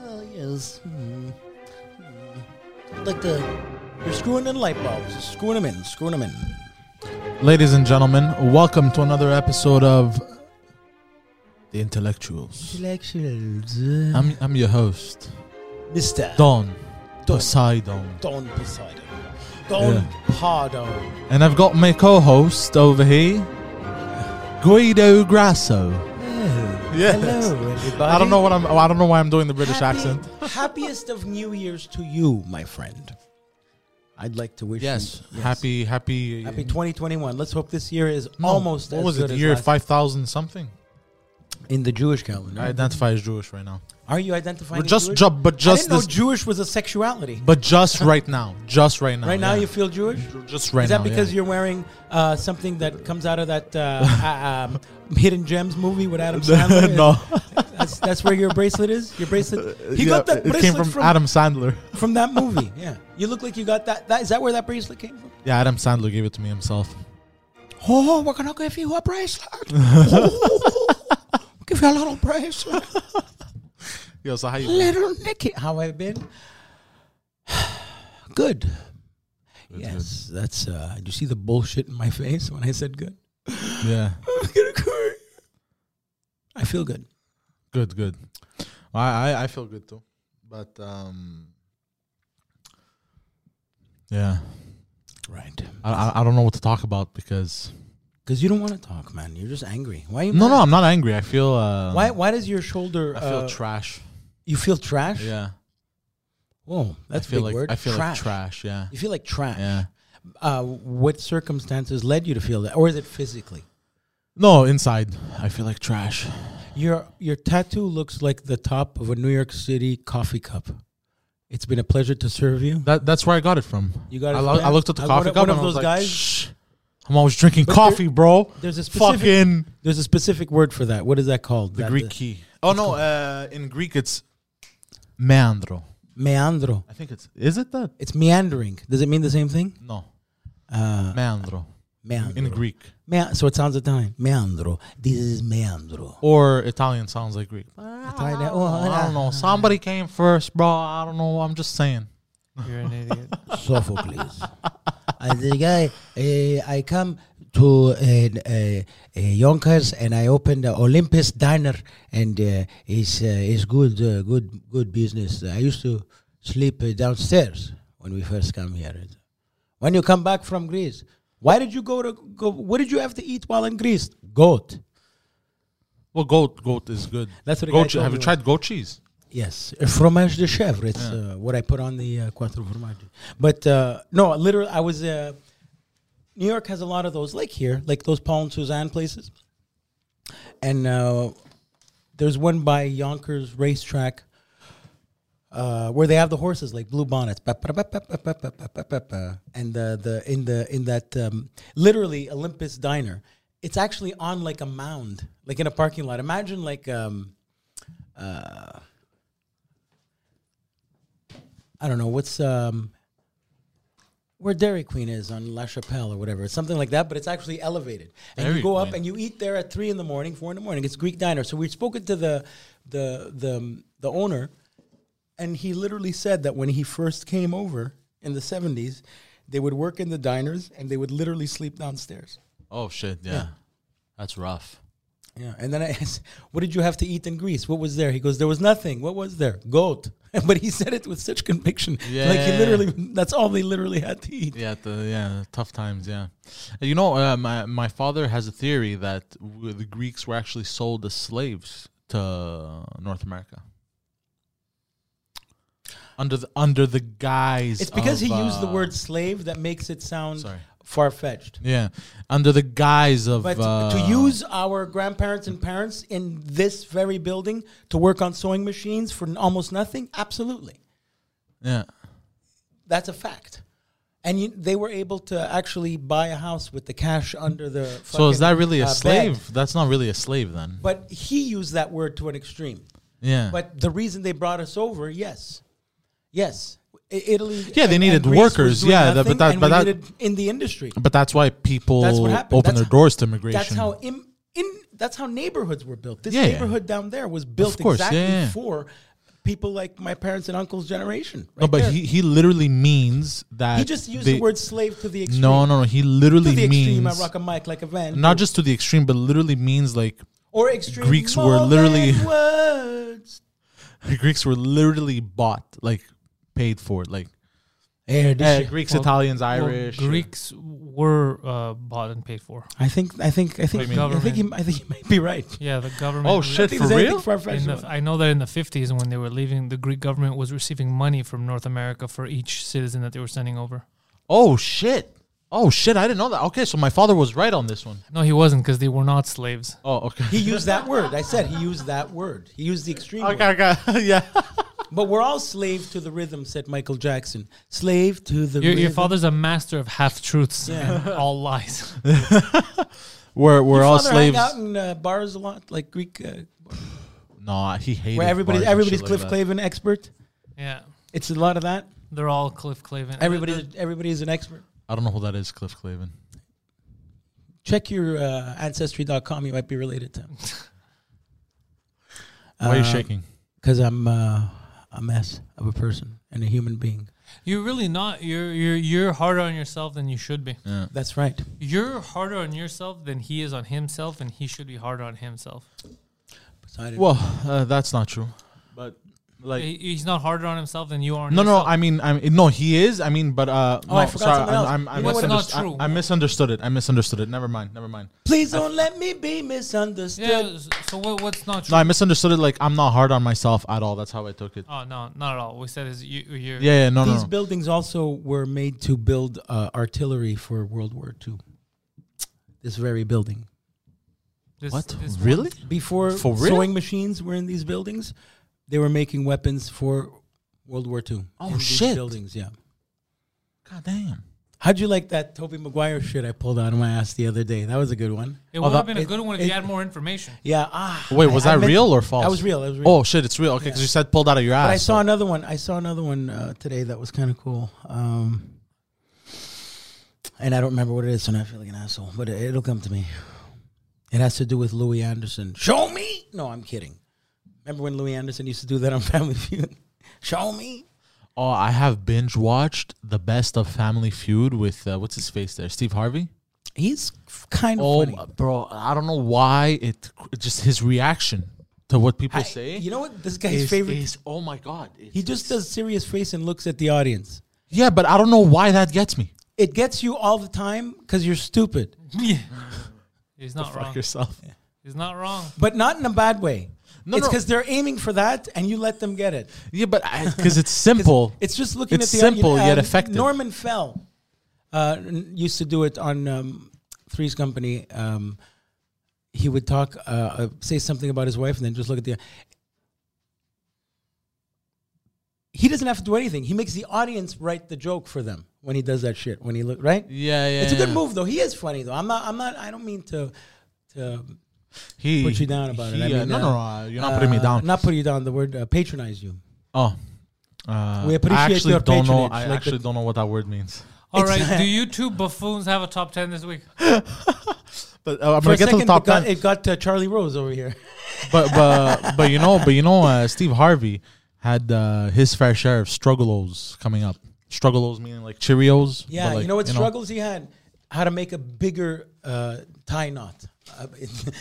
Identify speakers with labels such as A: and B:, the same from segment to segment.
A: Oh, yes. Hmm. Hmm. Like the. You're screwing in light bulbs. Screwing them in. Screwing them in.
B: Ladies and gentlemen, welcome to another episode of The Intellectuals.
A: Intellectuals.
B: I'm, I'm your host,
A: Mr.
B: Don Poseidon.
A: Don Poseidon. Don
B: Yeah.
A: Pardo.
B: And I've got my co host over here, Guido Grasso. Yes.
A: Hello, everybody.
B: I don't know what I'm. I don't know why I'm doing the British
A: Happy-
B: accent.
A: Happiest of New Year's to you, my friend. I'd like to wish
B: Yes,
A: you
B: happy, happy,
A: happy 2021. Let's hope this year is
B: No,
A: almost
B: What
A: as
B: was
A: good
B: it?
A: as
B: Year
A: last-
B: five thousand something.
A: in the Jewish
B: I
A: calendar.
B: identify as Jewish right now,
A: Are you identifying?
B: But
A: as
B: just
A: Mm-hmm. Jewish?
B: ju- but
A: I
B: just
A: didn't know
B: this-
A: Jewish was a sexuality.
B: but just right now, just right now.
A: right now,
B: yeah.
A: you feel Jewish.
B: just right
A: Is that
B: now,
A: because
B: yeah.
A: you're wearing uh, something that comes out of that uh, uh, um, Hidden Gems movie with Adam Sandler?
B: no, Uh,
A: that's, that's where your bracelet is. Your bracelet. He got that
B: it
A: bracelet
B: came from, Adam Sandler.
A: from that movie. Yeah, you look like you got that. That is that where that bracelet came from?
B: Yeah, Adam Sandler gave it to me himself.
A: Oh, we're gonna give you a bracelet. Oh, give you a little bracelet,
B: Yo, so how you? been?
A: little Nicky. How I've been? good. yes, that's. uh Do you see the bullshit in my face when I said good?
B: Yeah,
A: I'm gonna cry. I feel good.
B: good, good. I, I I feel good too, but um, yeah,
A: Right.
B: I I, I don't know what to talk about because
A: Because you don't want to talk, man. You're just angry. Why? Are you
B: no, no,
A: mad?
B: I'm not angry. I feel uh,
A: Why? Why does your shoulder?
B: I feel
A: uh,
B: trash.
A: you feel trash.
B: Yeah,
A: Whoa, that's
B: I feel
A: a big
B: like
A: word.
B: I feel like trash. Yeah,
A: You feel like trash.
B: yeah.
A: Uh, what circumstances led you to feel that, or is it physically?
B: No, inside I feel like trash.
A: Your your tattoo looks like the top of a New York City coffee cup. It's been a pleasure to serve you.
B: That that's where I got it from.
A: You got it
B: I,
A: from
B: lo-
A: there?
B: I looked at the
A: Uh,
B: coffee
A: one-
B: cup
A: one
B: and I
A: of
B: was
A: those
B: like,
A: guys?
B: Shh, I'm always drinking
A: But there-
B: coffee, bro.
A: There's a specific-
B: fucking
A: There's a specific word for that. What is that called?
B: the
A: That-
B: Greek key. Oh no, uh, in Greek it's meandro.
A: meandro.
B: I think it's is it that?
A: It's meandering. Does it mean the same thing?
B: No,
A: Uh,
B: meandro
A: meandro.
B: in Greek
A: Mea- so it sounds Italian. Meandro. This is meandro. Ah.
B: or Italian sounds like Greek.
A: Italian.
B: Oh, I don't know. Somebody came first, bro. I don't know. I'm just saying.
C: You're an idiot.
A: Sophocles. and the guy, uh, I come to uh, uh, uh, Yonkers and I open the Olympus Diner, and uh, it's uh, it's good, uh, good, good business. I used to sleep uh, downstairs when we first come here. When you come back from Greece, why did you go to go? What did you have to eat while in Greece? Goat.
B: Well, goat goat is good.
A: That's what the
B: goat.
A: guy
B: che-
A: told
B: have you
A: me.
B: tried goat cheese?
A: Yes, uh, fromage de chèvre. It's uh, what I put on the uh, quattro formaggi. But uh, no, literally, I was. Uh, New York has a lot of those, like here, like those Paul and Suzanne places. And uh, there's one by Yonkers Racetrack uh, where they have the horses like blue bonnets, Ba- ba- ba- ba- ba- ba- ba- ba- ba- ba- ba. and the the in the in that um, literally Olympus Diner. It's actually on like a mound, like in a parking lot. Imagine like um, I don't know what's um where Dairy Queen is on La Chapelle or whatever. It's something like that, but it's actually elevated. And
B: Dairy
A: you go up
B: Queen.
A: and you eat there at three in the morning, four in the morning. It's Greek diner. So we've spoken to the the the the owner, and he literally said that when he first came over in the seventies, they would work in the diners and they would literally sleep downstairs.
B: Oh shit! Yeah,
A: Yeah.
B: that's rough.
A: Yeah. And then I asked, what did you have to eat in Greece? What was there? He goes, there was nothing. What was there? Goat. But he said it with such conviction. Like he
B: Yeah.
A: literally, that's all they literally had to eat.
B: Yeah, the, yeah, tough times. Yeah, you know, uh, my my father has a theory that w- the Greeks were actually sold as slaves to North America. under the under the guise.
A: It's because
B: of,
A: he used the
B: uh,
A: word slave that makes it sound
B: Sorry.
A: far fetched.
B: Yeah, under the guise of.
A: But
B: uh,
A: to use our grandparents and parents in this very building to work on sewing machines for n- almost nothing, absolutely.
B: Yeah.
A: That's a fact. And you, they were able to actually buy a house with the cash under the.
B: So is
A: fucking,
B: that really a
A: uh, bed.
B: slave? That's not really a slave then.
A: But he used that word to an extreme.
B: yeah.
A: But the reason they brought us over, yes, yes, I- Italy.
B: Yeah, they needed
A: Greece was
B: workers,
A: doing
B: yeah, that- but
A: nothing,
B: that-
A: and
B: but
A: we
B: that-
A: needed in the industry.
B: But that's why people
A: That's what happened.
B: open
A: That's
B: their
A: how-
B: doors to immigration.
A: That's how in, in that's how neighborhoods were built. This
B: Yeah, yeah.
A: neighborhood down there was built
B: Of course,
A: exactly
B: yeah, yeah.
A: for people like my parents and uncle's generation.
B: no,
A: right
B: but
A: there.
B: he, he literally means that
A: He just used
B: they-
A: the word slave to the extreme.
B: No, no, no. He
A: to
B: literally
A: the extreme. I
B: means
A: rock a mic like a van.
B: not just to the extreme, but literally means like
A: or extreme.
B: Greeks were
A: more
B: literally-
A: than words.
B: the Greeks were literally bought, like paid for, it, like
A: Air,
B: eh, Greeks,
C: Well,
B: Italians,
C: Well,
B: Irish,
C: Greeks were uh, bought and paid for.
A: I think. I think. I think.
C: do you mean?
A: I think. He, I think he might be right.
C: Yeah, the government.
B: Oh shit!
A: think
B: For
A: there's anything
B: real?
A: far-fetched
C: In
A: about
C: the,
A: it.
C: I know that in the 50s, when they were leaving, the Greek government was receiving money from North America for each citizen that they were sending over.
B: Oh shit! Oh shit! I didn't know that. Okay, so my father was right on this one.
C: No, he wasn't because they were not slaves.
B: Oh, okay.
A: He used that word. I said he used that word. He used the extreme word.
B: okay, okay. yeah.
A: But we're all slave to the rhythm, said Michael Jackson. Slave to the
C: Your,
A: rhythm.
C: your father's a master of half truths and all lies.
B: We're we're
A: Your
B: all
A: father hang
B: slaves.
A: out in uh, bars a lot, like Greek, uh,
B: Nah, he hated.
A: where everybody's
B: bars and
A: everybody's
B: shit
A: Cliff
B: like that.
A: Clavin expert.
C: yeah,
A: It's a lot of that.
C: they're all Cliff Clavin.
A: Everybody's everybody's an expert.
B: I don't know who that is, Cliff Clavin.
A: Check your uh, ancestry.com. You might be related to him.
B: Why
A: Uh,
B: are you shaking?
A: Because I'm uh, a mess of a person and a human being.
C: You're really not. You're you're you're harder on yourself than you should be.
A: That's right.
C: You're harder on yourself than he is on himself, and he should be harder on himself.
A: Poseidon.
B: Well, uh, that's not true. But like,
C: He- he's not harder on himself than you are. on
B: no, no.
C: yourself.
B: I mean, I mean, no. He is. I mean, but uh,
A: Oh,
B: no,
A: I forgot
B: sorry,
A: something else.
B: I'm, I'm,
A: You know
C: what-
B: I'm
C: That's not
B: misunderstood.
C: true.
B: I, I misunderstood it. I misunderstood it. Never mind. Never mind.
A: please don't let me be misunderstood.
C: Yeah. s- So what, what's not true?
B: No, I misunderstood it. Like, I'm not hard on myself at all. That's how I took it.
C: oh no, not at all. We said is you. You're,
B: Yeah, yeah. No, no,
A: These
B: no.
A: buildings also were made to build uh, artillery for World War II. This very building.
C: This,
B: What?
C: this one-
B: Really?
A: Before
B: For real?
A: sewing machines were in these buildings, they were making weapons for World War II.
B: Oh,
A: in these
B: shit.
A: buildings, yeah.
B: God damn.
A: How'd you like that Toby Maguire shit I pulled out of my ass the other day? That was a good one.
C: It would have
B: that-
C: been a
A: it-
C: good one if
A: it-
C: you had more information.
A: Yeah. Ah,
B: Wait, was
A: I- I
B: that
A: meant-
B: real or false?
A: That was real. That was real.
B: Oh shit, it's real. Okay, because you said pulled out of your ass.
A: But I saw another one. I saw another one uh, today that was kind of cool. Um, and I don't remember what it is, so now I feel like an asshole. But it, it'll come to me. It has to do with Louis Anderson. Show me. No, I'm kidding. Remember when Louis Anderson used to do that on Family Feud? Show me.
B: Oh, I have binge watched the best of Family Feud with uh, what's his face there, Steve Harvey.
A: He's f- kind of
B: Oh,
A: funny.
B: bro, I don't know why it just his reaction to what people
A: I-
B: say.
A: you know what? This
B: is,
A: guy's favorite.
B: is- oh my god,
A: he just does serious face and looks at the audience.
B: yeah, but I don't know why that gets me.
A: It gets you all the time because you're stupid,
C: He's not wrong.
B: yourself.
C: He's not wrong.
A: but not in a bad way.
B: No,
A: it's
B: no.
A: because they're aiming for that, and you let them get it.
B: Yeah, but because it's simple.
A: It's just looking
B: It's
A: at the
B: simple
A: uh,
B: yet effective.
A: Norman Fell uh, n- used to do it on um, Three's Company. Um, he would talk, uh, uh, say something about his wife, and then just look at the. He doesn't have to do anything. He makes the audience write the joke for them when he does that shit. When he look right,
B: yeah, yeah,
A: it's a good
B: yeah.
A: move though. He is funny though. I'm not. I'm not. I don't mean to. To
B: He
A: put you down about it. I
B: he, uh,
A: mean,
B: no,
A: uh,
B: no, no, uh, you're not putting me
A: uh,
B: down.
A: Not put you down. The word uh, patronize you.
B: oh, uh,
A: We appreciate
B: I actually
A: your
B: don't know.
A: patronage,
B: I
A: like the-
B: actually don't know what that word means.
C: All right.
A: Exact-
C: Do you two buffoons have a top ten this week?
B: But uh, I'm gonna
A: For
B: get
A: a
B: to
A: second,
B: the top
A: it got,
B: ten.
A: it got uh, Charlie Rose over here.
B: but but but you know, but you know, uh, Steve Harvey had uh, his fair share of struggalos coming up. Struggalos meaning like Cheerios.
A: Yeah,
B: but like,
A: you know what struggles he had? How to make a bigger uh, tie knot. Uh,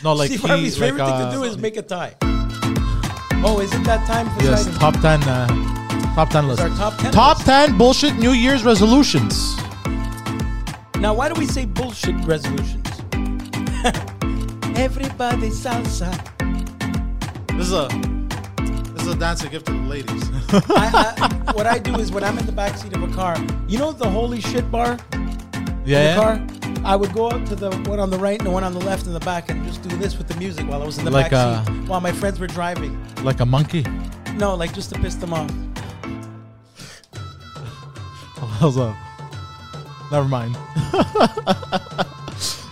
B: No, like
A: Steve
B: he-
A: Harvey's
B: like,
A: favorite thing
B: uh,
A: to do is make a tie. Oh, is it that time for
B: Yes,
A: signing?
B: top ten, uh, top ten list.
A: our top 10
B: Top
A: list.
B: ten bullshit New Year's resolutions.
A: Now, why do we say bullshit resolutions? Everybody salsa.
B: This is a this is a dance I give to the ladies.
A: I, what I do is when I'm in the backseat of a car, you know the holy shit bar in the
B: yeah,
A: car? I would go up to the one on the right and the one on the left in the back and just do this with the music while I was in the
B: Like, uh,
A: back seat while my friends were driving.
B: like a monkey.
A: No, like just to piss them off.
B: Hold up. Never mind.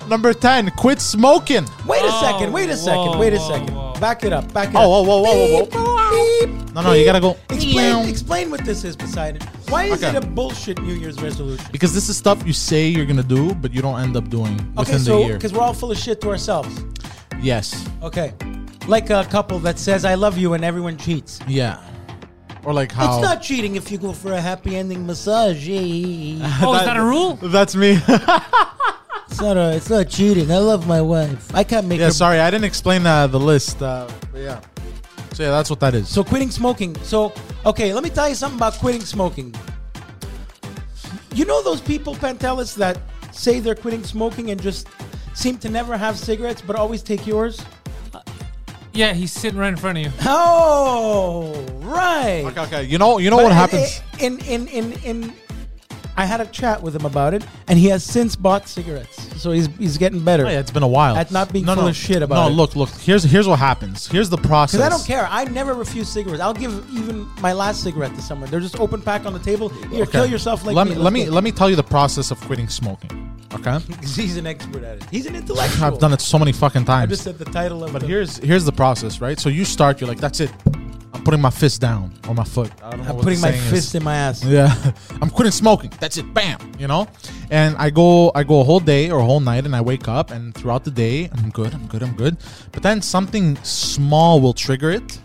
B: Number ten, quit smoking.
A: Wait a
C: Oh,
A: second, wait a second,
C: whoa,
A: wait a
C: whoa,
A: second.
C: whoa.
A: Back it up, back it
B: Oh,
A: up.
B: whoa, whoa, whoa, whoa, whoa.
A: whoa.
B: No, no, you gotta go.
A: Explain, explain what this is, Poseidon. Why is
B: Okay.
A: it a bullshit New Year's resolution?
B: Because this is stuff you say you're gonna do, but you don't end up doing
A: Okay,
B: within
A: so
B: the year.
A: because we're all full of shit to ourselves.
B: Yes.
A: Okay. Like a couple that says I love you and everyone cheats.
B: Yeah. Or like how?
A: It's not cheating if you go for a happy ending massage. it's
C: Oh, is that a rule?
B: That's me.
A: not a, it's not cheating. I love my wife. I can't make
B: yeah.
A: her
B: Sorry, I didn't explain uh, the list. Uh, but yeah. So yeah, that's what that is.
A: So quitting smoking. So okay, let me tell you something about quitting smoking. You know those people, Pantelis, that say they're quitting smoking and just seem to never have cigarettes but always take yours?
C: Yeah, he's sitting right in front of you.
A: Oh, right.
B: okay, okay. You know, you know
A: But
B: what
A: in-
B: happens.
A: In in in in. I had a chat with him about it, and he has since bought cigarettes, so he's he's getting better.
B: Oh, yeah, it's been a while.
A: At not being full of shit about
B: No,
A: it.
B: look, look. Here's here's what happens. Here's the process.
A: Because I don't care. I never refuse cigarettes. I'll give even my last cigarette to someone. They're just open pack on the table. Here,
B: Okay.
A: kill yourself. Like
B: let
A: me.
B: me let me
A: Let's
B: let me tell you the process of quitting smoking. Okay,
A: go. He's an expert at it. He's an intellectual.
B: I've done it so many fucking
A: I
B: times.
A: just said the title of
B: But
A: the-
B: here's here's the process, right? So you start. You're like, that's it. I'm putting my fist down or my foot. I don't know
A: I'm
B: what the
A: putting my
B: saying is.
A: fist in my ass.
B: Yeah, I'm quitting smoking. That's it. Bam. You know, and I go, I go a whole day or a whole night, and I wake up, and throughout the day, I'm good, I'm good, I'm good. But then something small will trigger it.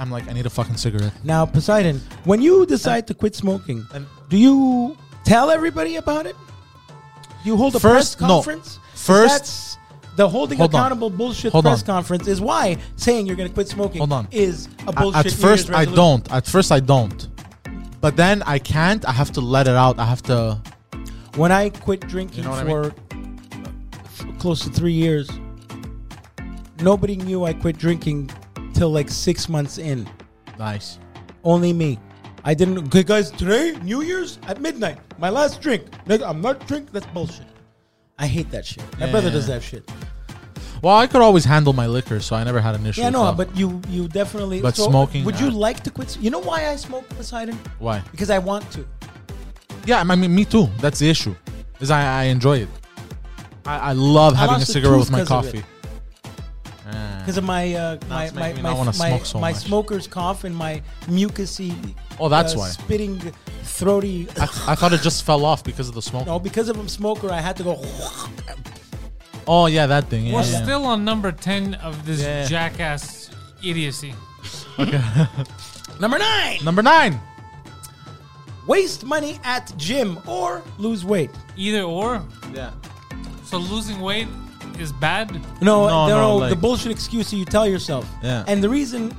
B: I'm like, I need a fucking cigarette.
A: Now, Poseidon, when you decide to quit smoking,
B: and-
A: do you tell everybody about it? You hold a
B: First,
A: press
B: no.
A: conference. 'Cause
B: First-
A: that's the holding
B: Hold on.
A: accountable bullshit
B: Hold
A: press
B: on.
A: conference is why saying you're going to quit smoking
B: Hold on.
A: is a
B: I-
A: bullshit.
B: at
A: New
B: first
A: Year's
B: I
A: resolution.
B: don't. At first I don't. But then I can't. I have to let it out. I have to.
A: When I quit drinking
B: You know what I
A: for f- close to three years, nobody knew I quit drinking till like six months in.
B: Nice.
A: Only me. I didn't. Okay, guys, today, New Year's at midnight, my last drink. Nigga, I'm not drink. That's bullshit. I hate that shit. My brother does that shit.
B: Well, I could always handle my liquor, so I never had an issue.
A: Yeah,
B: with
A: no,
B: that.
A: but you you definitely.
B: But smoking,
A: Would you
B: uh,
A: like to quit? You know why I smoke Poseidon?
B: why?
A: Because I want to.
B: Uh, Yeah, I mean, me too. That's the issue. Is I, I enjoy it. I, I love having a
A: lost a
B: cigarette
A: tooth
B: with my
A: 'cause of
B: coffee.
A: it. Because of my uh, my
B: it's
A: my
B: making me
A: my,
B: not wanna
A: my,
B: smoke so
A: my
B: much.
A: smoker's cough and my mucusy.
B: Oh, that's
A: uh,
B: why.
A: spitting, throaty.
B: I, I thought it just fell off because of the smoke.
A: no, because of I'm smoker, I had to go.
B: Oh yeah, that thing. Yeah,
C: We're
B: yeah.
C: still on number 10 of this
B: Yeah.
C: jackass idiocy.
A: Number nine,
B: Number nine.
A: waste money at gym or lose weight.
C: Either or.
B: Yeah.
C: So losing weight is bad.
A: No,
B: No,
A: no,
B: no,
A: the
B: like-
A: bullshit excuse that you tell yourself.
B: Yeah.
A: And the reason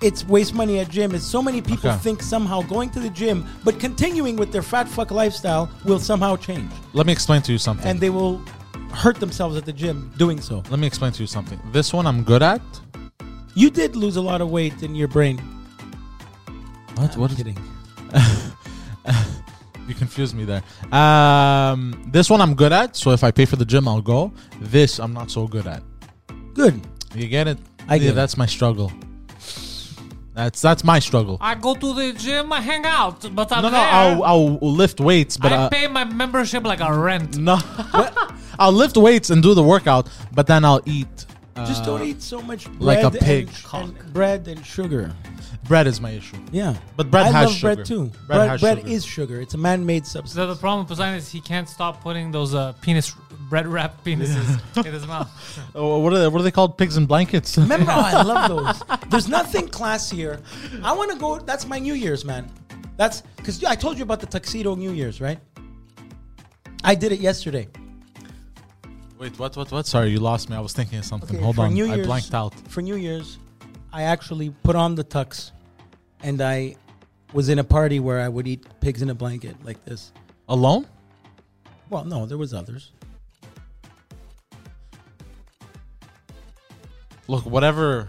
A: it's waste money at gym is so many people
B: Okay.
A: think somehow going to the gym but continuing with their fat fuck lifestyle will somehow change,
B: Let me explain to you something.
A: and they will hurt themselves at the gym doing so.
B: Let me explain to you something. This one I'm good at.
A: You did lose a lot of weight in your brain.
B: What?
A: I'm
B: what is-
A: kidding?
B: You confused me there. Um, this one I'm good at, so if I pay for the gym, I'll go. This I'm not so good at.
A: Good.
B: You get it?
A: I get
B: yeah,
A: it.
B: that's my struggle. That's that's my struggle.
C: I go to the gym, I hang out, but I'm
B: no, no,
C: there.
B: I'll, I'll lift weights, but
C: I
B: uh,
C: pay my membership like a rent.
B: no, I'll lift weights and do the workout, but then I'll eat. Uh,
A: Just don't eat so much bread
B: like a pig.
A: And, and bread and sugar.
B: bread is my issue.
A: Yeah,
B: But bread
A: I
B: has
A: love
B: sugar.
A: bread too.
B: Bread
A: Bread, bread,
B: has sugar.
A: is sugar. It's a man-made substance.
C: So the problem with Poseidon is he can't stop putting those uh, penis bread wrap penises in his mouth.
B: Oh, what are they, what are they called? Pigs and blankets.
A: Remember, oh, I love those. There's nothing classier. I want to go. That's my New Year's, man. That's because I told you about the tuxedo New Year's, right? I did it yesterday.
B: Wait, what? What? What? Sorry, you lost me. I was thinking of something. Hold
A: for
B: on,
A: New
B: I
A: Year's-
B: blanked out.
A: For New Year's, I actually put on the tux, and I was in a party where I would eat pigs in a blanket like this.
B: Alone?
A: Well, no, there was others.
B: Look, whatever.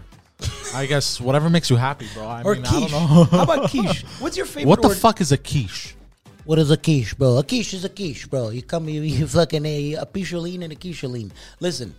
B: I guess whatever makes you happy, bro. I
A: or
B: mean, I
A: quiche.
B: don't know.
A: How about quiche? What's your favorite?
B: what the
A: word?
B: fuck is a quiche?
A: What is a quiche, bro? A quiche is a quiche, bro. You come, you, you fucking a, a picholine and a quicheline. Listen,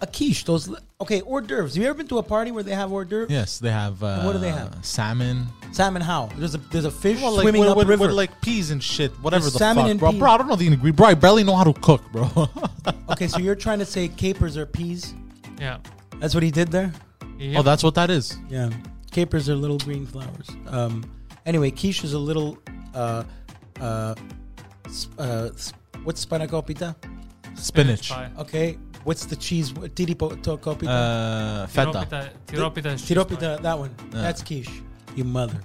A: a quiche. Those li- okay hors d'oeuvres. You ever been to a party where they have hors d'oeuvres?
B: Yes, they have. Uh,
A: what do they have?
B: Salmon.
A: Salmon how? There's a there's a fish
B: Well, like,
A: swimming
B: with,
A: up
B: with,
A: river.
B: with, like peas and shit, whatever
A: There's
B: the
A: salmon
B: fuck,
A: and
B: bro.
A: peas.
B: Bro, I don't know the ingredient. Bro, I barely know how to cook, bro. Oh,
A: okay, so you're trying to say capers are peas?
C: Yeah.
A: That's what he did there.
C: Yep.
B: Oh, that's what that is.
A: Yeah, capers are little green flowers. Um, anyway, quiche is a little uh, uh, sp- uh, s- what's spanakopita?
B: Spinach.
C: Pie.
A: Okay, what's the cheese? Tiripotokopita.
B: Uh, feta.
C: Tiropita. Tiropita. is cheese pie.
A: Tiropita, that one. That's quiche. You mother.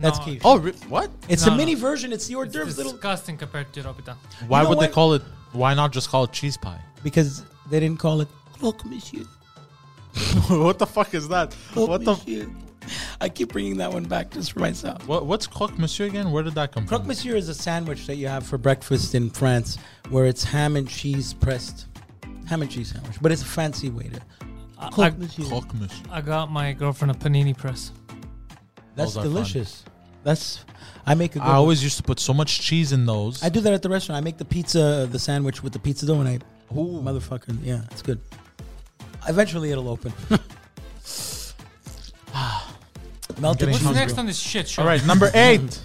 A: That's
C: No,
A: quiche.
B: Oh, re- what?
A: it's
C: no,
A: a
C: no.
A: mini version. It's the hors d'oeuvres
C: It's
A: little
C: disgusting compared to Tiropita.
B: Why
A: know
B: would they
A: what?
B: call it? Why not just call it cheese pie?
A: because they didn't call it croque monsieur.
B: what the fuck is that?
A: Croque
B: What the?
A: monsieur. I keep bringing that one back just for myself.
B: What, what's croque monsieur again? Where did that come
A: Croque
B: from?
A: monsieur is a sandwich that you have for breakfast in France, where it's ham and cheese pressed, ham and cheese sandwich. But it's a fancy way to croque monsieur.
B: Croque monsieur.
C: I got my girlfriend a panini press.
A: That's
B: Those are fun.
A: delicious. That's I make a good.
B: I always used to put so much cheese in those.
A: I do that at the restaurant. I make the pizza, uh, the sandwich with the pizza dough, and I,
B: Ooh.
A: motherfucker, yeah, it's good. Eventually, it'll open. Melted
B: getting
C: What's
A: cheese.
B: hungry.
A: bro.
C: next on this shit show?
B: All right, number eight.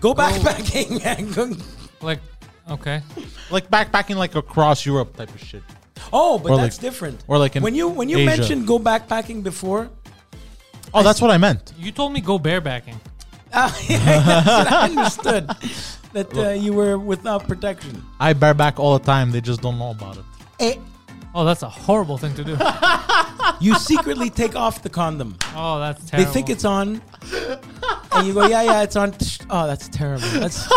A: Go backpacking. and go-
C: Like, okay.
B: like backpacking like across Europe type of shit.
A: oh, but
B: Or
A: that's
B: like-
A: different.
B: or like in
A: when you when you
B: Asia.
A: mentioned go backpacking before.
B: Oh, that's what I meant.
C: You told me go barebacking.
A: Ah, yeah, that's what I understood that uh, you were without protection.
B: I bareback all the time. They just don't know about it.
A: Eh,
C: Oh, that's a horrible thing to do.
A: you secretly take off the condom.
C: Oh, that's
A: They
C: terrible.
A: think it's on, and you go, yeah, yeah, it's on. Oh, that's terrible. That's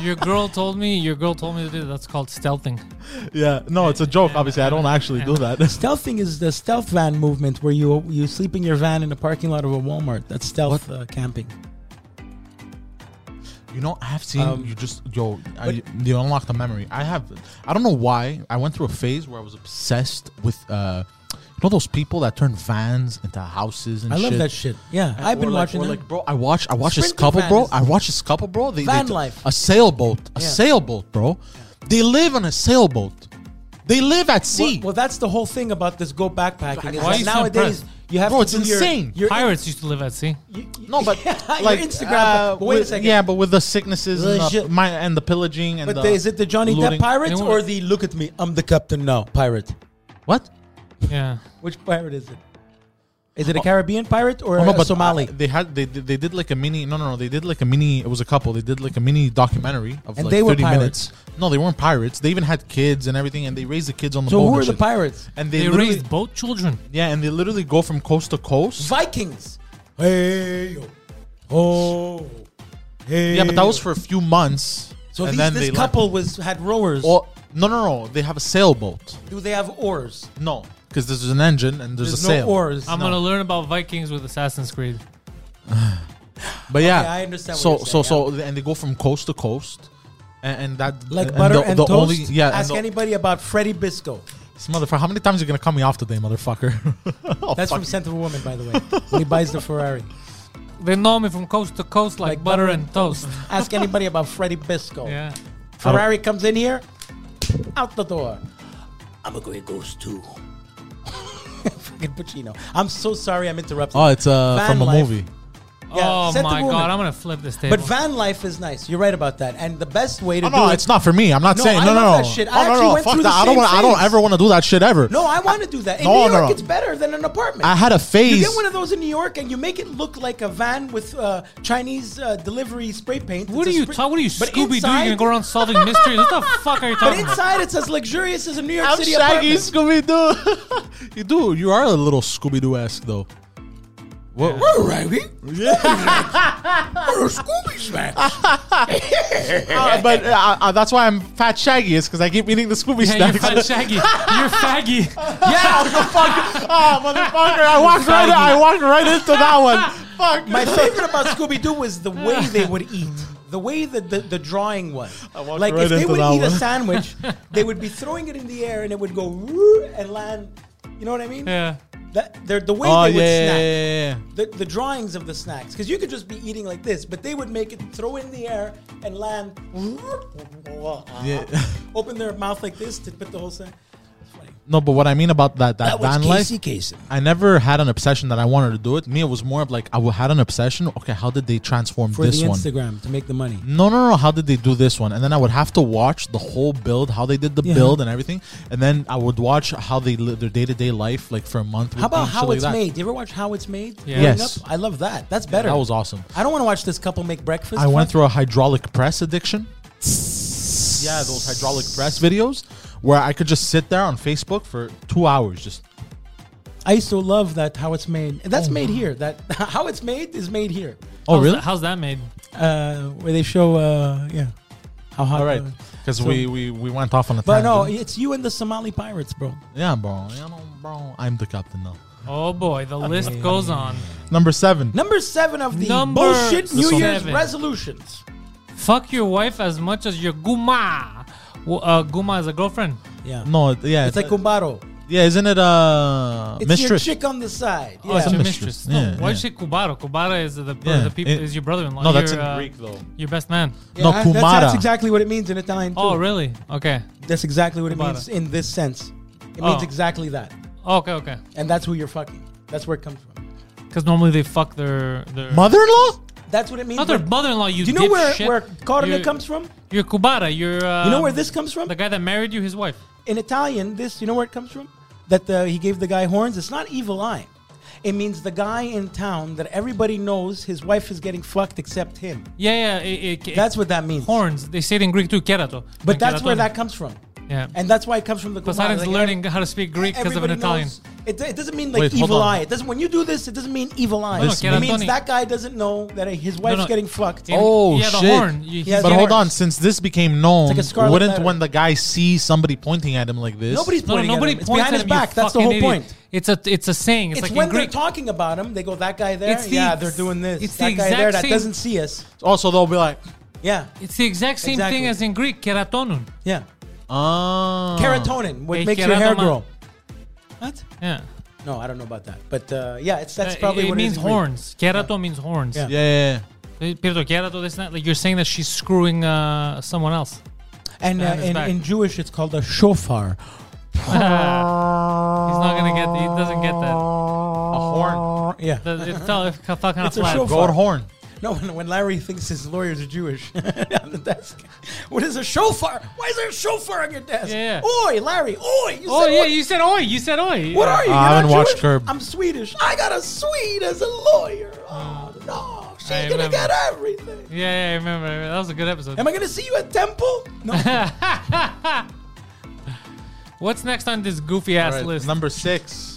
C: your girl told me. Your girl told me to do that. That's called stealthing.
B: Yeah, no, it's a joke. Obviously, I don't actually do that.
A: Stealthing is the stealth van movement where you you sleep in your van in the parking lot of a Walmart. That's stealth uh, camping.
B: you know, I've seen
A: Um,
B: you just yo. I, you unlocked a memory. I have. I don't know why. I went through a phase where I was obsessed with. uh you know those people that turn vans into houses and
A: I
B: shit.
A: love that shit. Yeah,
B: And-
A: I've
B: or
A: been
B: like-
A: watching
B: or
A: that.
B: Like, bro, I watch. I watch this
A: Sprinter
B: couple,
A: van
B: bro.
A: is-
B: I watch this couple, bro. They,
A: Van
B: they,
A: life.
B: A sailboat. A
A: Yeah.
B: sailboat, bro. They live on a sailboat. They live at sea.
A: well, well, that's the whole thing about this go backpacking. Is
C: Why
A: that
C: you so
A: nowadays
C: impressed?
A: you have
B: Bro,
A: to
B: it's
A: do your-
B: insane.
A: Your,
C: Pirates used to live at sea.
B: No, but
A: Yeah,
B: like
A: your Instagram.
B: uh,
A: but wait a
B: with-
A: second.
B: Yeah, but with the sicknesses and
A: Legit-
B: the, my, and the pillaging and
A: but
B: the
A: the- is it the Johnny Depp
B: looting-
A: pirates
C: They
A: or
C: won't-
A: the look at me, I'm the captain now pirate?
B: What?
C: Yeah.
A: Which pirate is it? Is it a Caribbean pirate or a Somali?
B: uh, they had they, did- they did like a mini. No, no, no. They did like a mini. It was a couple. They did like a mini documentary of
A: And
B: like
A: they were
B: thirty
A: pirates.
B: minutes. No, they weren't pirates. They even had kids and everything, and they raised the kids on the
A: so
B: boat.
A: who
B: and
A: are the
B: shit.
A: pirates?
B: And they,
C: They
B: literally,
C: raised both children.
B: yeah, and they literally go from coast to coast.
A: Vikings. Hey yo, oh, hey.
B: Yeah, but that was
A: yo.
B: for a few months.
A: So
B: and
A: these,
B: then
A: this
B: they
A: couple was had rowers.
B: Left. Or, no, no, no. They have a sailboat.
A: Do they have oars?
B: No, because there's an engine and there's,
A: There's
B: a Um,
A: no
B: sail.
A: oars.
C: I'm
A: No.
C: gonna learn about Vikings with Assassin's Creed.
B: But yeah,
A: I understand what
B: So
A: you're
B: so
A: saying,
B: so, and they go from coast to coast, and, and that
A: like
B: and
A: butter
B: the,
A: and
B: the
A: toast.
B: Only, yeah, and
A: Ask
B: the-
A: anybody about Freddie Bisco.
B: this motherfucker. How many times are you gonna cut me off today, motherfucker? I'll
A: That's
B: fuck
A: from
B: you.
A: Scent of a Woman, by the way. when he buys the Ferrari.
C: They know me from coast to coast like,
A: Like
C: butter,
A: butter
C: and toast.
A: Ask anybody about Freddie Bisco.
C: yeah.
A: Ferrari comes in here, out the door. I'm a great ghost too. Fucking Pacino. I'm so sorry I'm interrupting.
B: Oh, it's uh,
A: Van
B: from a
A: life.
B: movie.
A: Yeah,
C: oh
A: Scent of
C: my
A: Woman.
C: god, I'm gonna flip this table.
A: But van life is nice. You're right about that. And the best way to
B: Oh,
A: do
B: no,
A: it-
B: it's not for me. I'm not
A: No,
B: saying
A: I
B: no, no,
A: love
B: no.
A: that shit.
B: Oh,
A: I
B: no,
A: actually
B: no,
A: went
B: fuck
A: through
B: that.
A: the
B: I don't
A: same
B: want. I don't
A: phase.
B: ever want to do that shit ever.
A: No, I want to do that. In
B: No,
A: New
B: no,
A: York,
B: no.
A: it's better than an apartment.
B: I had a
A: you
B: phase.
A: get one of those in New York, and you make it look like a van with uh, Chinese uh, delivery spray paint.
C: what are
A: It's a
C: you
A: spray-
C: talking? What are you
A: But
C: Scooby Doo? You're
A: inside-
C: gonna go around solving mysteries? What the fuck are you
A: But
C: talking about?
A: inside, it's as luxurious as a New York
B: I'm
A: City
B: Shaggy Scooby
A: apartment.
B: Doo. you do. You are a little Scooby Doo esque though. What?
A: All right, we- Scooby snacks.
B: Uh, but uh, uh, that's why I'm fat Shaggy is because I keep eating the Scooby
C: Yeah,
B: snacks.
C: you're fat shaggy. You're faggy.
B: Yeah, the fuck. Oh, motherfucker! I walked right. I walked right into that one. Fuck.
A: My favorite about Scooby Doo was the way they would eat. The way that the, the drawing was.
B: walked
A: Like, if
B: right
A: they
B: into
A: would
B: that
A: eat
B: one.
A: a sandwich, they would be throwing it in the air and it would go woo and land. You know what I mean?
C: yeah.
A: that they're, the way
B: Oh
A: they
B: yeah,
A: would
B: yeah,
A: snack.
B: yeah, yeah.
A: the, the drawings of the snacks because you could just be eating like this, but they would make it throw in the air and land,
B: Yeah.
A: open their mouth like this to put the whole snack.
B: No, but what I mean about that that,
A: That was
B: van life,
A: Casey Kasem.
B: I never had an obsession that I wanted to do it. Me, it was more of like I had an obsession. Okay, how did they transform
A: for
B: this
A: the
B: one?
A: Instagram to make the money.
B: No, no, no. How did they do this one? And then I would have to watch the whole build, how they did the
A: Yeah.
B: build and everything. And then I would watch how they live their day to day life, like for a month.
A: How about how it's
B: like that.
A: made? You ever watch How It's Made?
C: Yeah.
A: Growing
B: Yes.
A: up? I love that. That's better.
B: That was awesome.
A: I don't want to watch this couple make breakfast.
B: I went
A: Fuck.
B: through a hydraulic press addiction. Yeah, those hydraulic press videos where I could just sit there on Facebook for two hours. Just
A: I used to love that How It's Made. That's made here. That How It's Made is made here.
B: oh
C: How's
B: really?
C: That, how's that made?
A: Uh, where they show, uh, yeah, how hot.
B: All right,
A: uh,
B: because we, we we went off on a
A: but
B: tangent.
A: no, it's you and the Somali pirates, bro.
B: yeah, bro, yeah, no, bro. I'm the captain now.
C: Oh boy, the list goes on.
B: Number seven.
A: Number seven of the
C: Number
A: bullshit New Year's
C: seven.
A: resolutions.
C: Fuck your wife as much as your guma. Well, uh, guma is a girlfriend.
A: Yeah.
B: No, it- yeah, uh,
A: It's like Kumbaro.
B: yeah, isn't it uh
A: It's
B: mistress?
A: your chick on the side.
C: Oh, it's
A: Yeah.
C: your
B: mistress.
C: mistress.
B: Yeah,
C: no, why
B: yeah.
C: is she Kubara? Kubara is the, the,
B: Yeah,
C: the people
B: it-
C: is your brother-in-law.
B: No, that's
C: your,
B: in
C: uh,
B: Greek, though.
C: Your best man.
B: no,
A: Yeah, that's-
B: Kumara.
A: That's, exactly what it means in Italian. Too.
C: Oh really? Okay.
A: That's exactly what it
C: Kumara.
A: means in this sense. It
C: Oh.
A: means exactly that.
C: Okay. Okay.
A: And that's who you're fucking. That's where it comes from.
C: Because normally they fuck their their
B: Mother-in-law?
A: That's what it means.
C: Not their
A: when-
C: mother-in-law. You.
A: Do you know where,
C: dipshit.
A: where carne
C: You're-
A: comes from?
C: You're Kubara. You're. Uh,
A: You know where this comes from?
C: The guy that married you, his wife.
A: in Italian, this you know where it comes from? That the, he gave the guy horns. It's not evil eye. It means the guy in town that everybody knows his wife is getting fucked except him.
C: Yeah, yeah. It, it,
A: That's what that means.
C: horns. They say it in Greek too, kerato.
A: But that's where
C: Keratone.
A: that comes from.
C: Yeah.
A: And that's why it comes from the
C: Poseidon's
A: Kumara. Like,
C: learning how to speak Greek because of an
A: everybody
C: Italian.
A: knows- It, it doesn't mean like
B: Wait, hold
A: evil
B: on.
A: eye. It doesn't. When you do this, it doesn't mean evil eye.
C: No, no,
A: it means
C: Keratoni.
A: that guy doesn't know that his wife's
C: no.
A: getting fucked.
C: In-
B: Oh
C: yeah, the
B: shit!
C: horn. You-
A: Yeah,
C: he's
B: but
A: the
B: hold
A: horn.
B: on, since this became known,
A: like a scarlet
B: wouldn't
A: letter.
B: when the guy sees somebody pointing at him like this?
A: Nobody's
C: No, no,
A: pointing. at
C: nobody
A: him. It's
C: points
A: behind
C: at
A: his
C: him, you
A: back. That's the
C: fucking
A: whole
C: idiot.
A: point.
C: It's a it's a saying. It's,
A: It's,
C: like
A: when
C: in
A: they're
C: Greek.
A: talking about him, they go, "That guy there,
C: It's the
A: yeah,
C: ex-
A: they're doing this.
C: it's the
A: that guy there
C: exact
A: that
C: same-
A: doesn't see us,
B: Also, they'll be like,
A: yeah,
C: it's the exact same
A: Exactly.
C: thing as in Greek, keratonun.
A: yeah."
B: ah,
A: Keratonin, which
C: Hey,
A: makes your hair
C: keratoma.
A: grow. What?
C: Yeah.
A: No, I don't know about that, but uh, yeah, it's that's
C: Uh,
A: probably
C: it, it
A: what
C: means
A: it is. in Greek.
C: horns. Kerato means horns.
A: Yeah.
B: Yeah, yeah, yeah.
C: Uh, Pirto, kerato, this not like you're saying that she's screwing uh, someone else.
A: And uh,
C: Behind his
A: in,
C: back.
A: in Jewish, it's called a shofar.
C: He's not gonna get. He doesn't get that.
B: a horn,
A: Yeah.
C: The- It's tell if fucking
A: It's a
C: flat.
A: shofar.
B: gold horn.
A: No, when, when Larry thinks his lawyers are Jewish on the desk, what is a shofar? Why is there a shofar on your desk?
C: Yeah,
A: Oi, Larry, oi! You
C: Oh
A: said
C: yeah,
A: what-
C: you said oi. You said oi.
A: What are you?
B: I
A: You're not
B: haven't watched
A: Jewish?
B: Curb.
A: I'm Swedish. I got a Swede as a lawyer. Oh no, she's
C: Mm. I
A: gonna
C: remember.
A: get everything.
C: Yeah, yeah, I remember. I remember. That was a good episode.
A: Am I gonna see you at temple? No.
C: What's next on this goofy ass
B: Alright,
C: list?
B: Number six.